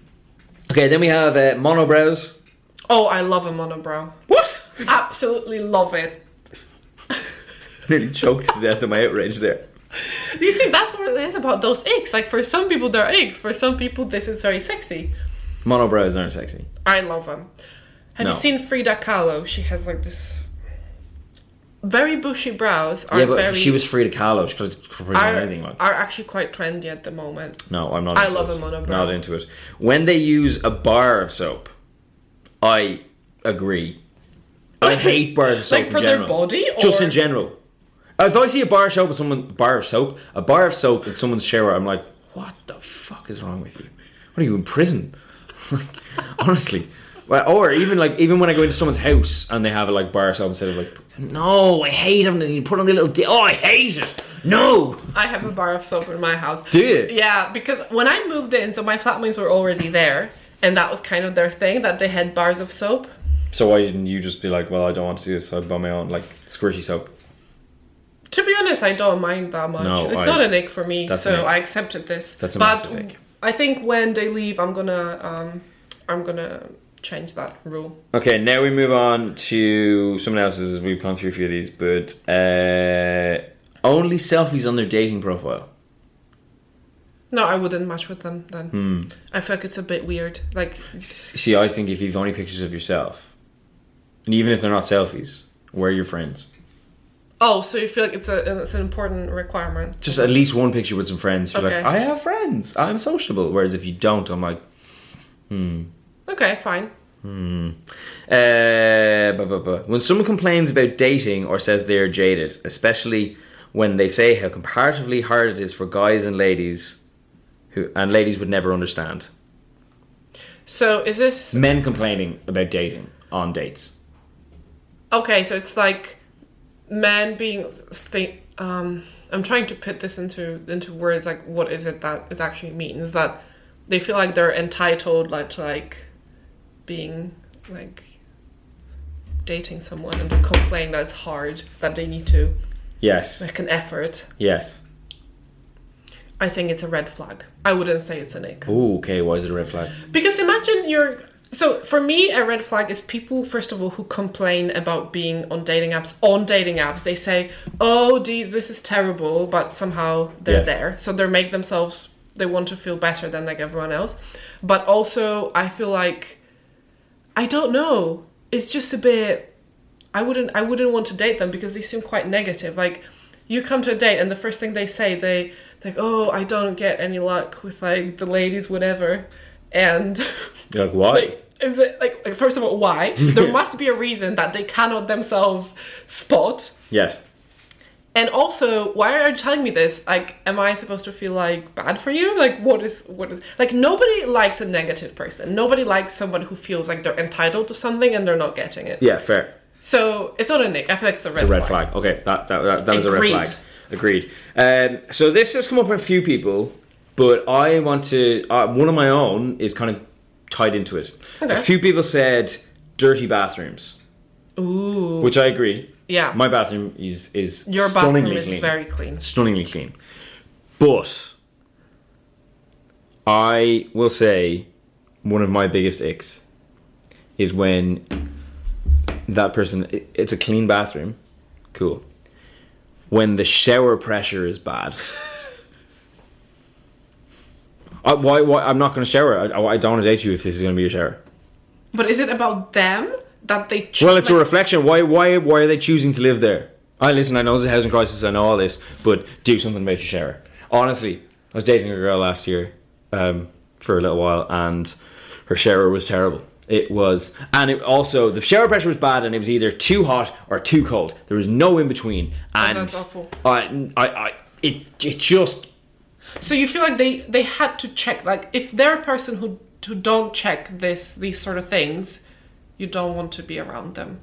A: Okay, then we have uh, monobrows.
B: Oh, I love a monobrow.
A: What?
B: Absolutely love it.
A: Nearly choked to death at my outrage there.
B: You see, that's what it is about those eggs. Like for some people they're eggs, for some people this is very sexy.
A: Monobrows aren't sexy.
B: I love them. Have
A: No.
B: you seen Frida Kahlo? She has like this very bushy brows are
A: yeah, but
B: very
A: she was free to Carlo. She could have
B: are,
A: anything like.
B: are actually quite trendy at the moment.
A: No, I'm not.
B: I
A: into
B: love
A: this.
B: a monobrow.
A: Not into it. When they use a bar of soap, I agree. I hate bars of soap
B: Like
A: in
B: for their
A: general.
B: body
A: just
B: or-
A: in general. If I see a bar of soap and someone bar of soap, a bar of soap in someone's shower, I'm like, what the fuck is wrong with you? What are you in prison? Honestly. Well, or even like even when I go into someone's house and they have like bar of soap instead of like no I hate them and you put on the little di- oh I hate it no
B: I have a bar of soap in my house.
A: Do you?
B: Yeah, because when I moved in, so my flatmates were already there, and that was kind of their thing that they had bars of soap.
A: So why didn't you just be like, well, I don't want to do this, so I buy my own like squirty soap?
B: To be honest, I don't mind that much.
A: No,
B: it's
A: I-
B: not an ick for me,
A: that's an
B: so
A: ick.
B: I accepted this.
A: That's a
B: but
A: massive ick.
B: I think when they leave, I'm gonna, um, I'm gonna change that rule.
A: Okay, now we move on to someone else's. We've gone through a few of these, but uh, only selfies on their dating profile.
B: No, I wouldn't match with them then.
A: Hmm.
B: I feel like it's a bit weird. Like,
A: See, I think if you've only pictures of yourself, and even if they're not selfies, where are your friends?
B: oh, so you feel like it's a it's an important requirement.
A: Just at least one picture with some friends. You're
B: Okay.
A: like, I have friends. I'm sociable. Whereas if you don't, I'm like,
B: Okay, fine.
A: Uh, buh, buh, buh. When someone complains about dating or says they are jaded, especially when they say how comparatively hard it is for guys and ladies, who and ladies would never understand.
B: So is this
A: Men complaining about dating on dates.
B: Okay, so it's like men being. Th- um, I'm trying to put this into into words. Like, what is it that it actually means? That they feel like they're entitled, like to like being like dating someone and they complain that it's hard, that they need to
A: Yes,
B: make an effort.
A: yes.
B: I think it's a red flag. I wouldn't say it's an ick.
A: Ooh, okay. Why is it a red flag?
B: Because imagine you're. So for me, a red flag is people, first of all, who complain about being on dating apps. On dating apps, they say, "Oh, geez, this is terrible," but somehow they're
A: Yes.
B: there, so they make themselves. They want to feel better than like everyone else, but also I feel like I don't know. It's just a bit. I wouldn't. I wouldn't want to date them because they seem quite negative. Like, you come to a date and the first thing they say they like, oh, I don't get any luck with like the ladies, whatever, and.
A: You're like, why?
B: Is it like first of all why? There must be a reason that they cannot themselves spot.
A: Yes.
B: And also, why are you telling me this? Like, am I supposed to feel like bad for you? Like, what is what is like? Nobody likes a negative person. Nobody likes someone who feels like they're entitled to something and they're not getting it.
A: Yeah. Fair.
B: So it's not a nick. I feel like it's a red,
A: It's a red
B: flag.
A: flag. Okay, that that, that, that is a red
B: Agreed.
A: flag. Agreed. Um, so this has come up with a few people, but I want to. Uh, one of my own is kind of tied into it.
B: Okay.
A: A few people said dirty bathrooms,
B: Ooh,
A: which I agree.
B: Yeah.
A: My bathroom is is
B: your
A: stunningly
B: bathroom is
A: clean.
B: very clean.
A: stunningly clean, but I will say one of my biggest icks is when that person i- it's a clean bathroom cool when the shower pressure is bad I, Uh, why, why i'm not going to shower I, I don't want to date you if this is going to be your shower
B: But is it about them that they? Choose,
A: well it's a
B: like,
A: reflection why why why are they choosing to live there i listen i know there's a housing crisis i know all this but do something about your shower honestly i was dating a girl last year um, for a little while and her shower was terrible it was and it also the shower pressure was bad and it was either too hot or too cold there was no in between and
B: Oh, that's awful.
A: I, I, I it, it just
B: So you feel like they they had to check like if they're a person who who don't check this these sort of things, you don't want to be around them.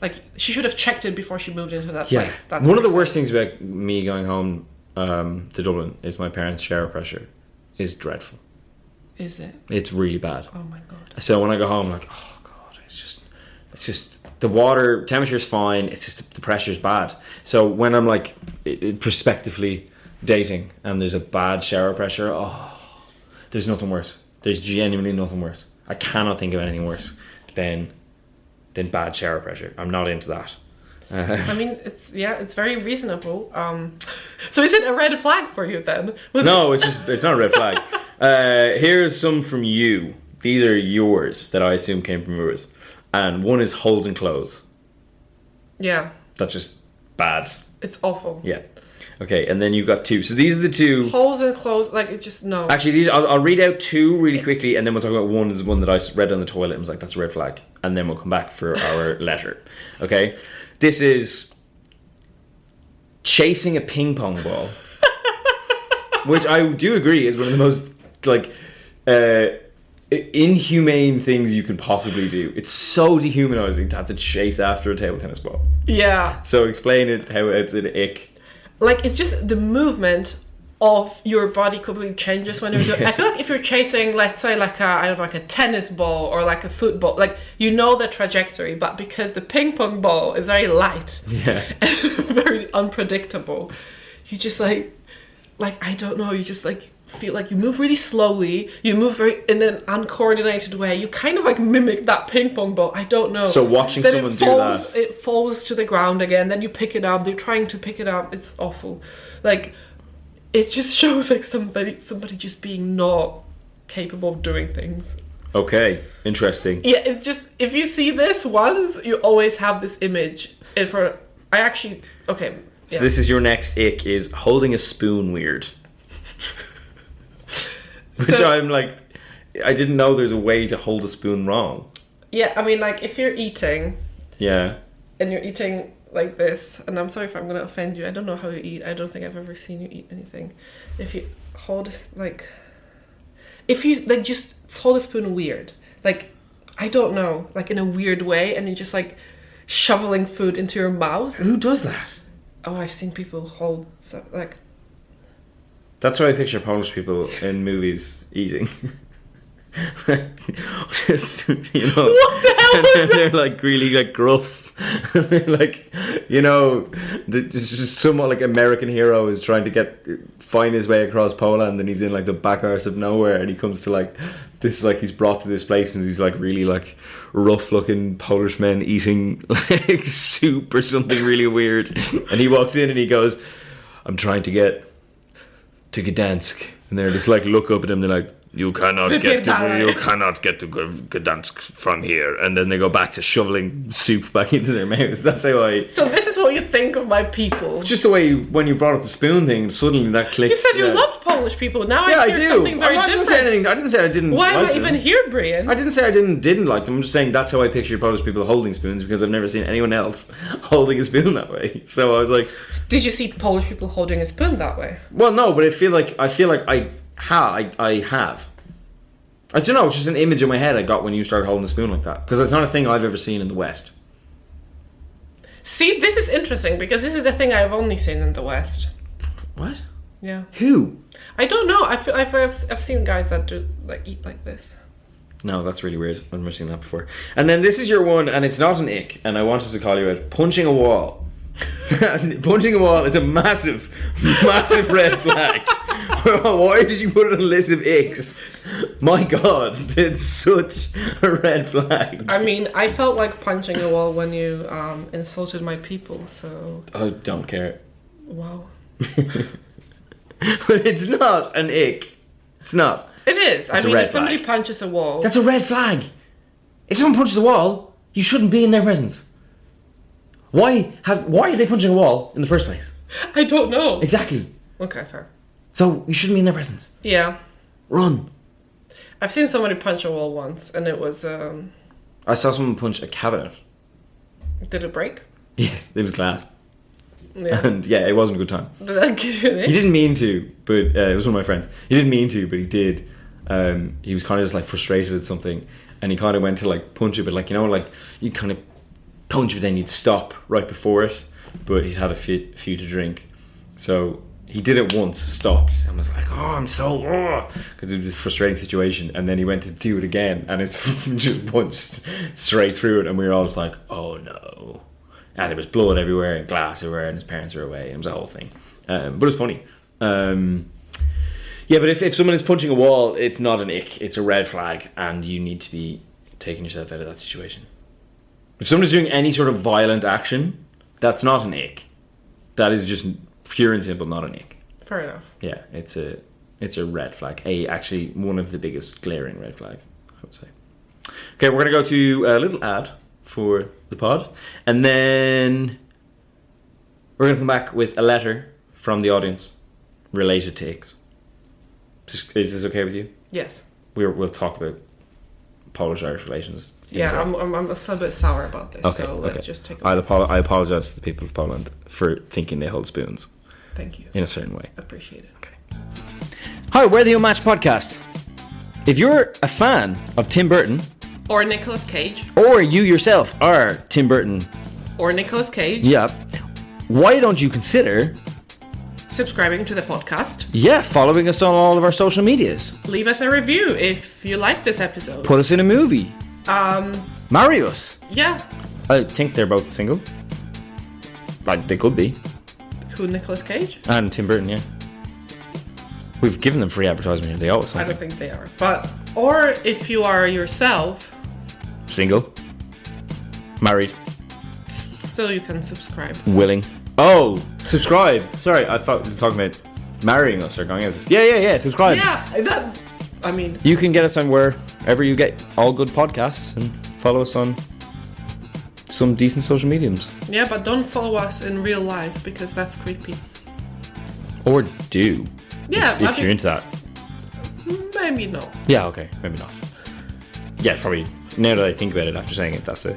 B: Like she should have checked it before she moved into that
A: Yeah.
B: place.
A: One of
B: what
A: the
B: I'm
A: worst things about me going home um, to Dublin is my parents' shower pressure is dreadful.
B: saying. Is it?
A: It's really bad.
B: Oh my god.
A: So when I go home, I'm like, oh god, it's just, it's just the water temperature's fine. It's just the, pressure's bad. So when I'm like, it, it, prospectively dating and there's a bad shower pressure, oh, there's nothing worse. There's genuinely nothing worse. I cannot think of anything worse than than bad shower pressure. I'm not into that.
B: I mean, it's yeah, it's very reasonable. Um, so is it a red flag for you then? With-
A: No, it's just it's not a red flag. Uh, here's some from you. These are yours that I assume came from yours, and one is holding clothes.
B: Yeah.
A: That's just bad.
B: It's awful.
A: Yeah. Okay, and then you've got two. So these are the two.
B: Holes and clothes, like it's just no.
A: Actually, these I'll, I'll read out two really quickly, and then we'll talk about one. Is one that I s- read on the toilet and was like, "That's a red flag," and then we'll come back for our letter. Okay, this is chasing a ping pong ball, which I do agree is one of the most like uh, i- inhumane things you can possibly do. It's so dehumanizing to have to chase after a table tennis ball.
B: Yeah.
A: So explain it how it's an ick.
B: Like it's just the movement of your body completely changes when you're doing I feel like if you're chasing, let's say like a I don't know, like a tennis ball or like a football, like you know the trajectory, but because the ping pong ball is very light
A: Yeah.
B: and very unpredictable, you just like like I don't know, you just like feel like you move really slowly, you move very in an uncoordinated way, you kind of like mimic that ping pong ball. I don't know.
A: So watching
B: Oh. Then
A: someone
B: it
A: do
B: falls,
A: that-
B: it falls to the ground again. Then you pick it up. They're trying to pick it up. It's awful. Like it just shows like somebody somebody just being not capable of doing things.
A: Okay, interesting.
B: Yeah, it's just if you see this once, you always have this image. If I actually okay.
A: So
B: Yeah.
A: this is your next ick is holding a spoon weird. Which
B: So-
A: I'm like I didn't know there's a way to hold a spoon wrong.
B: yeah, I mean like if you're eating
A: Yeah.
B: and you're eating like this, and I'm sorry if I'm gonna offend you. I don't know how you eat. I don't think I've ever seen you eat anything. If you hold a s like, if you like just hold a spoon weird, like I don't know, like in a weird way, and you're just like shoveling food into your mouth.
A: Who does that?
B: Oh, I've seen people hold so, like
A: That's what I picture Polish people in movies eating. Just, you know,
B: What the hell
A: and
B: was
A: then they're like really like gruff. And they're like, you know, the- it's just somewhat like American hero is trying to get find his way across Poland, and he's in like the back arse of nowhere, and he comes to like this is like he's brought to this place, and he's like really like rough looking Polish men eating like soup or something really weird, and he walks in and he goes, "I'm trying to get." to Gdansk, and they're just like look up at him. They're like, "You cannot get to
B: Gdansk.
A: you cannot get to G- Gdansk from here." And then they go back to shoveling soup back into their mouth. That's how I.
B: So this is what you think of my people.
A: Just the way you, when you brought up the spoon thing, suddenly that clicked.
B: You said you
A: yeah.
B: loved Polish people. Now
A: Yeah,
B: I
A: I
B: hear
A: do.
B: something very
A: I'm not- I didn't say
B: different.
A: anything. I didn't say I didn't.
B: Why am
A: like
B: I
A: them.
B: even here, Brian?
A: I didn't say I didn't didn't like them. I'm just saying that's how I picture Polish people holding spoons because I've never seen anyone else holding a spoon that way. So I was like,
B: Did you see Polish people holding a spoon that way?
A: Well, no, but I feel like I feel like I ha I, I have. I don't know. It's just an image in my head I got when you started holding the spoon like that because it's not a thing I've ever seen in the West.
B: See, this is interesting because this is the thing I've only seen in the West.
A: What?
B: Yeah,
A: Who?
B: I don't know. I feel I've, I've, I've seen guys that do like eat like this.
A: No, that's really weird. I've never seen that before. And then this is your one, and it's not an ick, and I wanted to call you out. Punching a wall. punching a wall is a massive, massive red flag. Why did you put it on a list of icks? My God, it's such a red flag.
B: I mean, I felt like punching a wall when you um, insulted my people. So
A: I don't care.
B: wow,
A: but it's not an ick. It's not.
B: it is.
A: It's
B: I
A: a
B: mean,
A: red
B: if somebody
A: flag.
B: punches a wall,
A: That's a red flag. If someone punches the wall, you shouldn't be in their presence. Why have? Why are they punching a wall in the first place?
B: I don't know.
A: Exactly.
B: Okay, fair.
A: So you shouldn't be in their presence.
B: Yeah,
A: Run.
B: I've seen somebody punch a wall once, and it was um,
A: I saw someone punch a cabinet.
B: did it break?
A: Yes, it was glass,
B: Yeah.
A: and yeah, it wasn't a good time.
B: did I give you an
A: He
B: it?
A: didn't mean to, but uh, it was one of my friends. He didn't mean to, but he did. Um, he was kind of just like frustrated at something, and he kind of went to like punch it, but like you know, like you kind of punch, but then you'd stop right before it. But he'd had a few, few to drink, so he did it once, stopped, and was like, "Oh, I'm so," because it was a frustrating situation. And then he went to do it again, and it's just punched straight through it, and we were all just like, "Oh no." and there was blood everywhere and glass everywhere and his parents were away and it was a whole thing um, but it was funny um, yeah but if, if someone is punching a wall it's not an ick it's a red flag and you need to be taking yourself out of that situation if someone's doing any sort of violent action that's not an ick that is just pure and simple not an ick
B: Fair enough.
A: yeah it's a it's a red flag a actually one of the biggest glaring red flags i would say okay we're gonna go to a little ad for the pod and then We're going to come back with a letter from the audience related to icks. Just- Is this okay with you?
B: Yes.
A: We're, we'll talk about Polish Irish relations. in a
B: Yeah,
A: bit.
B: I'm, I'm, I'm a little bit sour about this,
A: Okay,
B: so let's
A: okay.
B: just take a
A: I'll apo- I apologize to the people of Poland for thinking they hold spoons
B: Thank you.
A: in a certain way.
B: Appreciate it.
A: Hi, we're the Unmatched Podcast. If you're a fan of Tim Burton,
B: Or Nicolas Cage.
A: or you yourself are Tim Burton,
B: Or Nicolas Cage.
A: yeah, why don't you consider,
B: Subscribing to the podcast.
A: yeah, following us on all of our social medias?
B: Leave us a review if you like this episode.
A: Put us in a movie.
B: Um,
A: Marry us.
B: yeah.
A: I think they're both single. Like, they could be.
B: Who, Nicolas Cage?
A: And Tim Burton, yeah. We've given them free advertisement here. They owe us
B: I don't
A: something.
B: think they are. But, or if you are yourself,
A: Single. Married.
B: still you can subscribe.
A: willing. Oh, subscribe. Sorry, I thought we were talking about marrying us or going out. Yeah, yeah, yeah. Subscribe.
B: Yeah, that, I mean,
A: You can get us on wherever you get all good podcasts and follow us on some decent social mediums.
B: yeah, but don't follow us in real life because that's creepy.
A: Or do.
B: Yeah,
A: If you're
B: maybe,
A: into that.
B: maybe no.
A: Yeah, okay. Maybe not. Yeah, probably. Now that I think about it after saying it, that's a,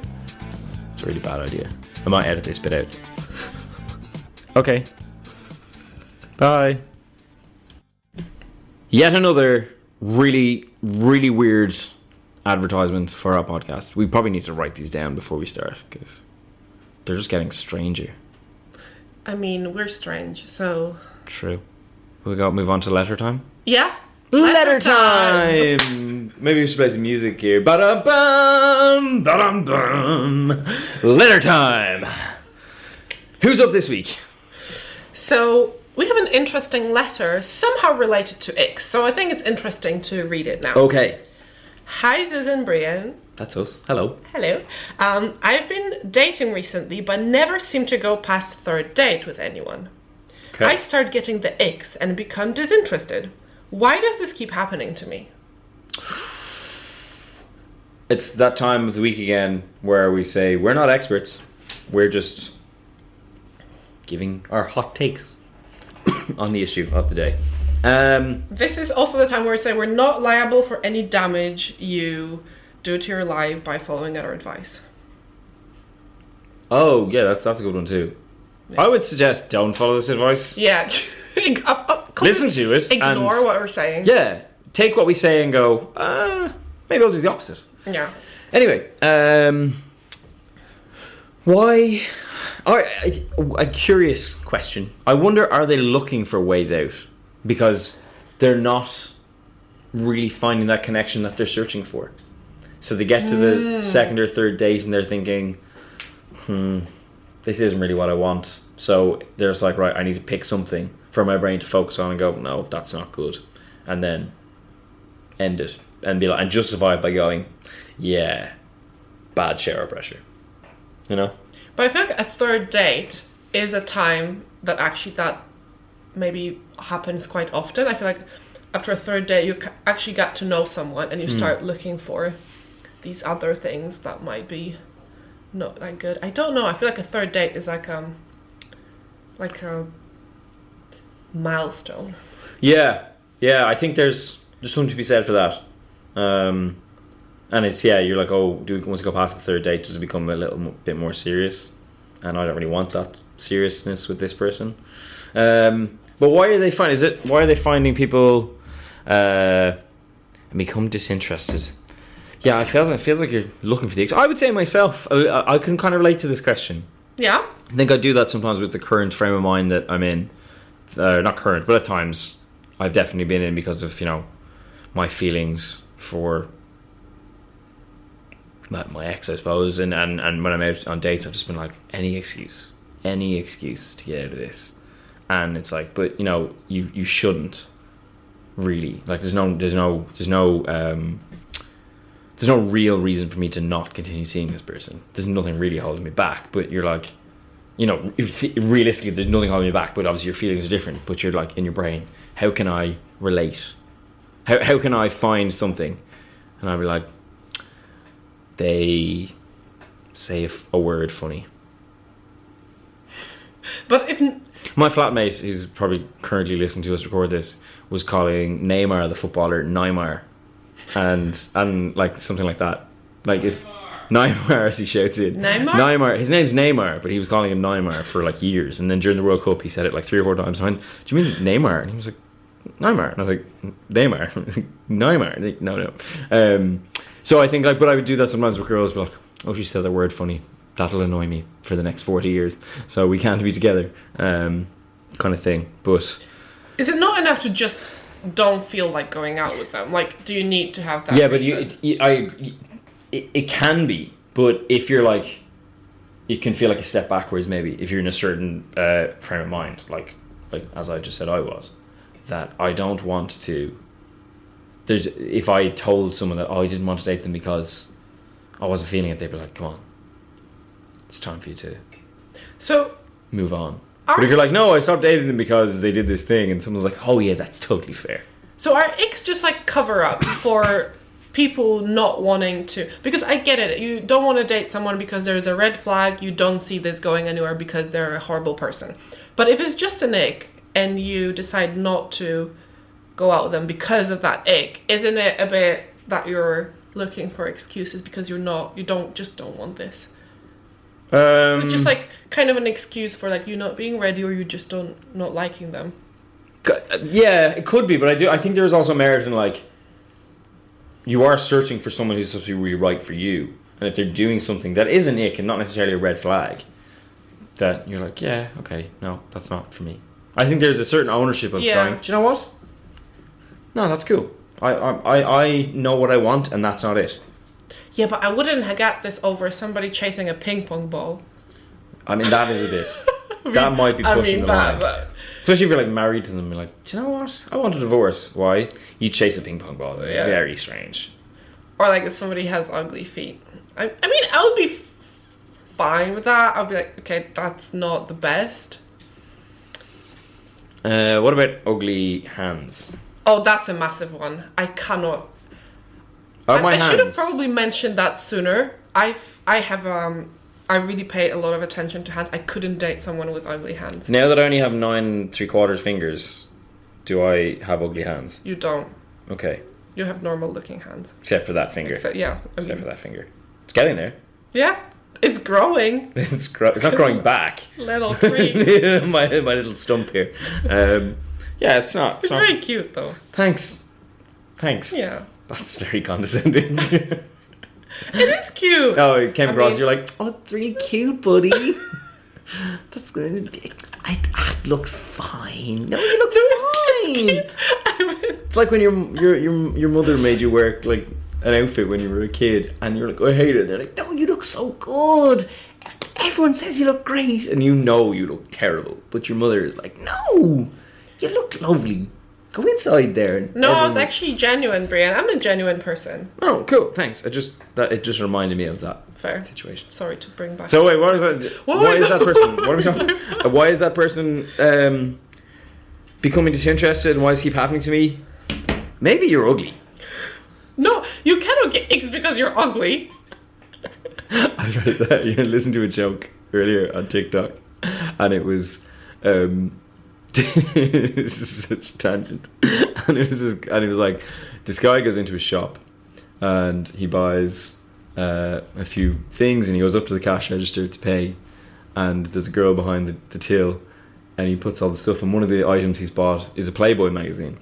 A: it's a really bad idea. I might edit this bit out. Okay. Bye. Yet another really, really weird advertisement for our podcast. We probably need to write these down before we start because they're just getting stranger.
B: I mean, we're strange, so.
A: True. We got to move on to letter time.
B: Yeah.
A: Letter time. Maybe we should play some music here. Ba bum, ba bum. Letter time. Who's up this week?
B: So, we have an interesting letter somehow related to X, so I think it's interesting to read it now.
A: Okay,
B: Hi, Susan Brian.
A: that's us. Hello.
B: Hello. Um, I've been dating recently, but never seem to go past third date with anyone.
A: Okay.
B: I start getting the icks and become disinterested. Why does this keep happening to me?
A: It's that time of the week again where we say we're not experts. We're just giving our hot takes on the issue of the day. Um,
B: This is also the time where we say we're not liable for any damage you do to your life by following our advice.
A: oh yeah, that's that's a good one too. I would suggest don't follow this advice.
B: Yeah. Ig- uh, uh, completely
A: Listen to it.
B: Ignore
A: and-
B: what we're saying.
A: Yeah, take what we say and go, uh, maybe I'll do the opposite.
B: Yeah.
A: Anyway, um, why? All right, I- a curious question. I wonder are they looking for ways out? Because they're not really finding that connection that they're searching for. So they get to the second or third date and they're thinking, hmm, this isn't really what I want. So they're just like, right, I need to pick something for my brain to focus on and go, no, that's not good. And then end it and be like, and justify it by going, yeah, bad shower pressure. You know?
B: But I feel like a third date is a time that actually that maybe happens quite often. I feel like after a third date, you ca- actually get to know someone and you
A: Hmm.
B: start looking for these other things that might be not that good. I don't know. I feel like a third date is like um like a milestone.
A: Yeah, yeah. I think there's there's something to be said for that. Um, and it's yeah, you're like, oh, do we once we go past the third date, does it become a little mo- bit more serious? And I don't really want that seriousness with this person. Um, but why are they finding? Is it why are they finding people uh, and become disinterested? Yeah, it feels it feels like you're looking for the. Ex- I would say myself, I- I, I can kind of relate to this question.
B: Yeah.
A: I think I do that sometimes with the current frame of mind that I'm in. Uh, not current, but at times I've definitely been in because of, you know, my feelings for my, my ex, I suppose. And, and, and when I'm out on dates, I've just been like, any excuse, any excuse to get out of this. And it's like, but, you know, you, you shouldn't really. Like, there's no, there's no, there's no, um, there's no real reason for me to not continue seeing this person. There's nothing really holding me back, but you're like, you know, if- realistically, there's nothing holding me back, but obviously your feelings are different. But you're like in your brain, how can I relate? How, how can I find something? And I'd be like, they say a, f- a word funny.
B: But if
A: My flatmate, who's probably currently listening to us record this, was calling Neymar the footballer Neymar, and and like something like that. Like if Neymar, as he shouts it,
B: Neymar?
A: Neymar. His name's Neymar, but he was calling him Neymar for like years. And then during the World Cup, he said it like three or four times. I went, "Do you mean Neymar?" And he was like, "Neymar," and I was like, "Neymar, Neymar." And he- No, no. Um, so I think like, but I would do that sometimes with girls. But like, oh, she said that word funny. That'll annoy me for the next forty years. So we can't be together, um, kind of thing. But
B: Is it not enough to just don't feel like going out with them? Like, do you need to have that?
A: yeah, but you,
B: reason?
A: it, you- I, it, it can be, but if you're like, it can feel like a step backwards maybe if you're in a certain uh, frame of mind, like, like as I just said, I was, that I don't want to. There's if I told someone that oh, I didn't want to date them because I wasn't feeling it, they'd be like, come on, it's time for you to
B: so
A: move on.
B: Are-
A: But if you're like, no, I stopped dating them because they did this thing, and someone's like, oh yeah, that's totally fair.
B: So are icks just like cover ups for people not wanting to? Because I get it. You don't want to date someone because there's a red flag. You don't see this going anywhere because they're a horrible person. But if it's just an ick and you decide not to go out with them because of that ick, isn't it a bit that you're looking for excuses because you're not, you don't, just don't want this?
A: Um,
B: So it's just like kind of an excuse for like you not being ready or you just don't, not liking them.
A: C- Yeah, it could be, but I do. I think there is also merit in like you are searching for someone who's supposed to be really right for you, and if they're doing something that is an ick and not necessarily a red flag, that you're like, yeah, okay, no, that's not for me. I think there's a certain ownership of
B: Yeah.
A: going. Do you know what? No, that's cool. I I I- I know what I want, and that's not it.
B: Yeah, but I wouldn't have got this over somebody chasing a ping pong ball.
A: I mean, that is a bit. that might be
B: I
A: pushing
B: mean,
A: the line.
B: but, but
A: Especially if you're like married to them, you're like, do you know what? I want a divorce. Why? You chase a ping pong ball. It's
B: Yeah.
A: very strange.
B: or like if somebody has ugly feet. I, I mean, I would be f- fine with that. I'd be like, okay, that's not the best.
A: Uh, what about ugly hands?
B: Oh, that's a massive one. I cannot.
A: Are
B: I,
A: Oh, my
B: I
A: hands?
B: should have probably mentioned that sooner. I've I have um I really paid a lot of attention to hands. I couldn't date someone with ugly hands.
A: Now that I only have nine three quarters fingers, do I have ugly hands?
B: You don't.
A: Okay,
B: You have normal looking hands.
A: except for that finger.
B: So yeah, I
A: Except
B: mean,
A: for that finger. It's getting there.
B: yeah, it's growing.
A: It's, gro- it's not growing back.
B: Little creep.
A: my, my little stump here. Um, yeah, it's not. It's
B: it's
A: not.
B: very cute though.
A: Thanks. Thanks.
B: Yeah.
A: That's very condescending.
B: It is cute.
A: oh, it came
B: I
A: across.
B: mean-
A: you're like, oh, it's really cute, buddy. That's good. It, it, it looks fine. No, you look fine. It's like when your your your your mother made you wear like an outfit when you were a kid, and you're like, "Oh, I hate it. And they're like, No, you look so good. Everyone says you look great, and you know you look terrible, but your mother is like, No, you look lovely. Go inside there. and
B: No, I was
A: everyone-
B: actually genuine, Brian. I'm a genuine person.
A: Oh, cool. Thanks. I just that it just reminded me of that
B: Fair.
A: situation.
B: Sorry to bring back.
A: So wait, what is that?
B: What
A: why
B: was
A: is that
B: that-
A: person? What are we
B: what
A: talking? uh,
B: were we talking
A: Why is that person um, becoming disinterested? And why does it keep happening to me? Maybe you're ugly.
B: no, you cannot get X because you're ugly.
A: I read that. You listened to a joke earlier on TikTok, and it was. Um, this is such a tangent, and it was this, and it was like this guy goes into a shop, and he buys uh, a few things, and he goes up to the cash register to pay, and there's a girl behind the, the till, and he puts all the stuff, and one of the items he's bought is a Playboy magazine,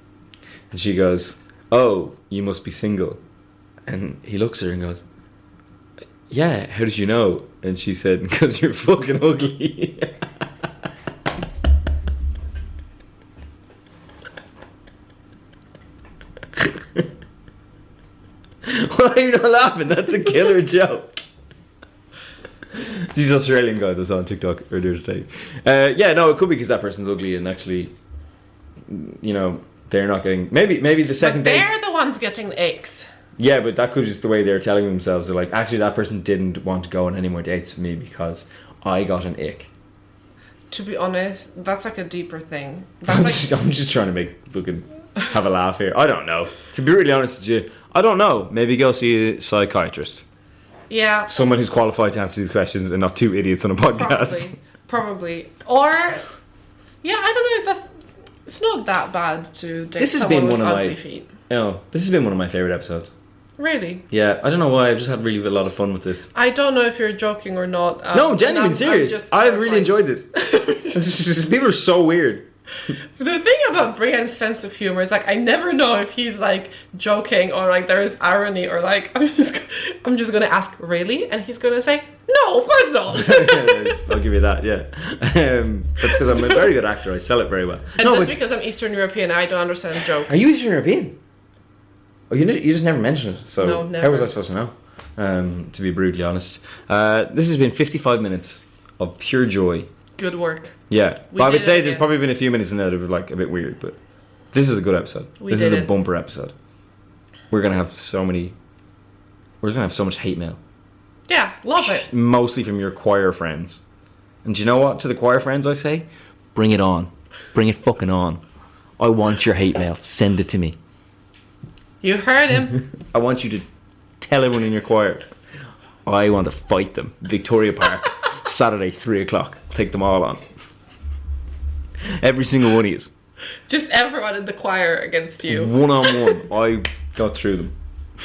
A: and she goes, "Oh, you must be single," and he looks at her and goes, yeah, how did you know? And she said, because you're fucking ugly. Why are you not laughing? That's a killer joke. These Australian guys I saw on TikTok earlier today. Uh, yeah, no, it could be because that person's ugly and actually, you know, they're not getting. Maybe, maybe the second
B: But
A: date.
B: they're the ones getting the X.
A: Yeah, but that could just the way they're telling themselves. They're like, actually, that person didn't want to go on any more dates with me because I got an ick.
B: To be honest, that's like a deeper thing.
A: I'm,
B: That's
A: just,
B: like
A: I'm just trying to make fucking have a laugh here. I don't know. To be really honest with you, I don't know. Maybe go see a psychiatrist,
B: yeah,
A: someone who's qualified to answer these questions, and not two idiots on a podcast.
B: probably, probably, or Yeah, I don't know if that's. It's not that bad to date
A: This has
B: someone
A: been
B: with
A: one of my-
B: ugly feet.
A: Oh, this has been one of my favorite episodes.
B: Really,
A: Yeah, I don't know why. I've just had really a lot of fun with this.
B: I don't know if you're joking or not. Um,
A: No, I'm
B: and
A: genuinely
B: I'm- I'm
A: serious.
B: just
A: I've
B: terrified.
A: really enjoyed this. This is- People are so weird.
B: The thing about Brienne's sense of humor is like I never know if he's like joking or like there is irony or like I'm just I'm just gonna ask really and he's gonna say no of course not.
A: I'll give you that. Yeah, um, that's because I'm a very good actor. I sell it very well.
B: and
A: no,
B: that's
A: but
B: because I'm Eastern European I don't understand jokes.
A: are you Eastern European? Oh, you, ne- you just never mentioned it. So
B: No,
A: how
B: never.
A: was I supposed to know? Um, to be brutally honest, uh, this has been 55 minutes of pure joy.
B: Good work.
A: Yeah,
B: We
A: but I
B: did
A: would say
B: it
A: there's
B: again.
A: probably been a few minutes in there that were like a bit weird, but this is a good episode.
B: We
A: this
B: did
A: is a
B: it.
A: bumper episode. We're gonna have so many. We're gonna have so much hate mail,
B: Yeah, love it.
A: mostly from your choir friends. And do you know what? To the choir friends, I say, bring it on, bring it fucking on. I want your hate mail. Send it to me.
B: You heard him.
A: I want you to tell everyone in your choir. I want to fight them. Victoria Park, Saturday, three o'clock. Take them all on. Every single one of you.
B: just everyone in the choir against you.
A: one on one. I got through them.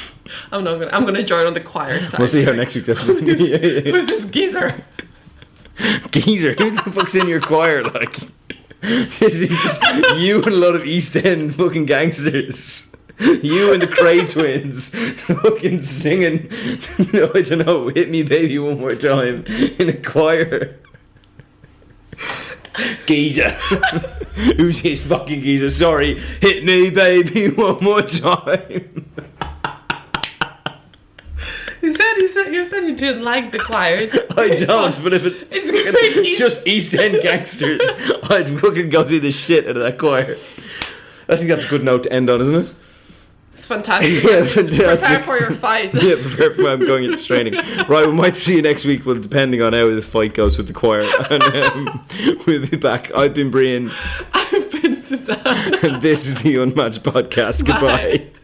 B: I'm not gonna I'm gonna join on the choir side.
A: We'll see how next week goes.
B: Who's this geezer?
A: Geezer, who the fuck's in your choir? Like, just, just you and a lot of East End fucking gangsters. You and the Cray twins fucking singing, I don't know, hit me baby one more time in a choir. Geezer. Who's his fucking geezer? Sorry, hit me baby one more time.
B: You said you said you said you didn't like the choir. It's-
A: I don't, but if it's
B: It's great. East-
A: just East End gangsters, I'd fucking go see the shit out of that choir. I think that's a good note to end on, isn't it?
B: It's fantastic.
A: Yeah, fantastic.
B: Prepare for your fight.
A: Yeah, prepare for I'm going into training. Right, we might see you next week. Well, depending on how this fight goes with the choir, and um, we'll be back. I've been Brian,
B: I've been Suzanne.
A: and this is the Unmatched Podcast. Goodbye.
B: Bye.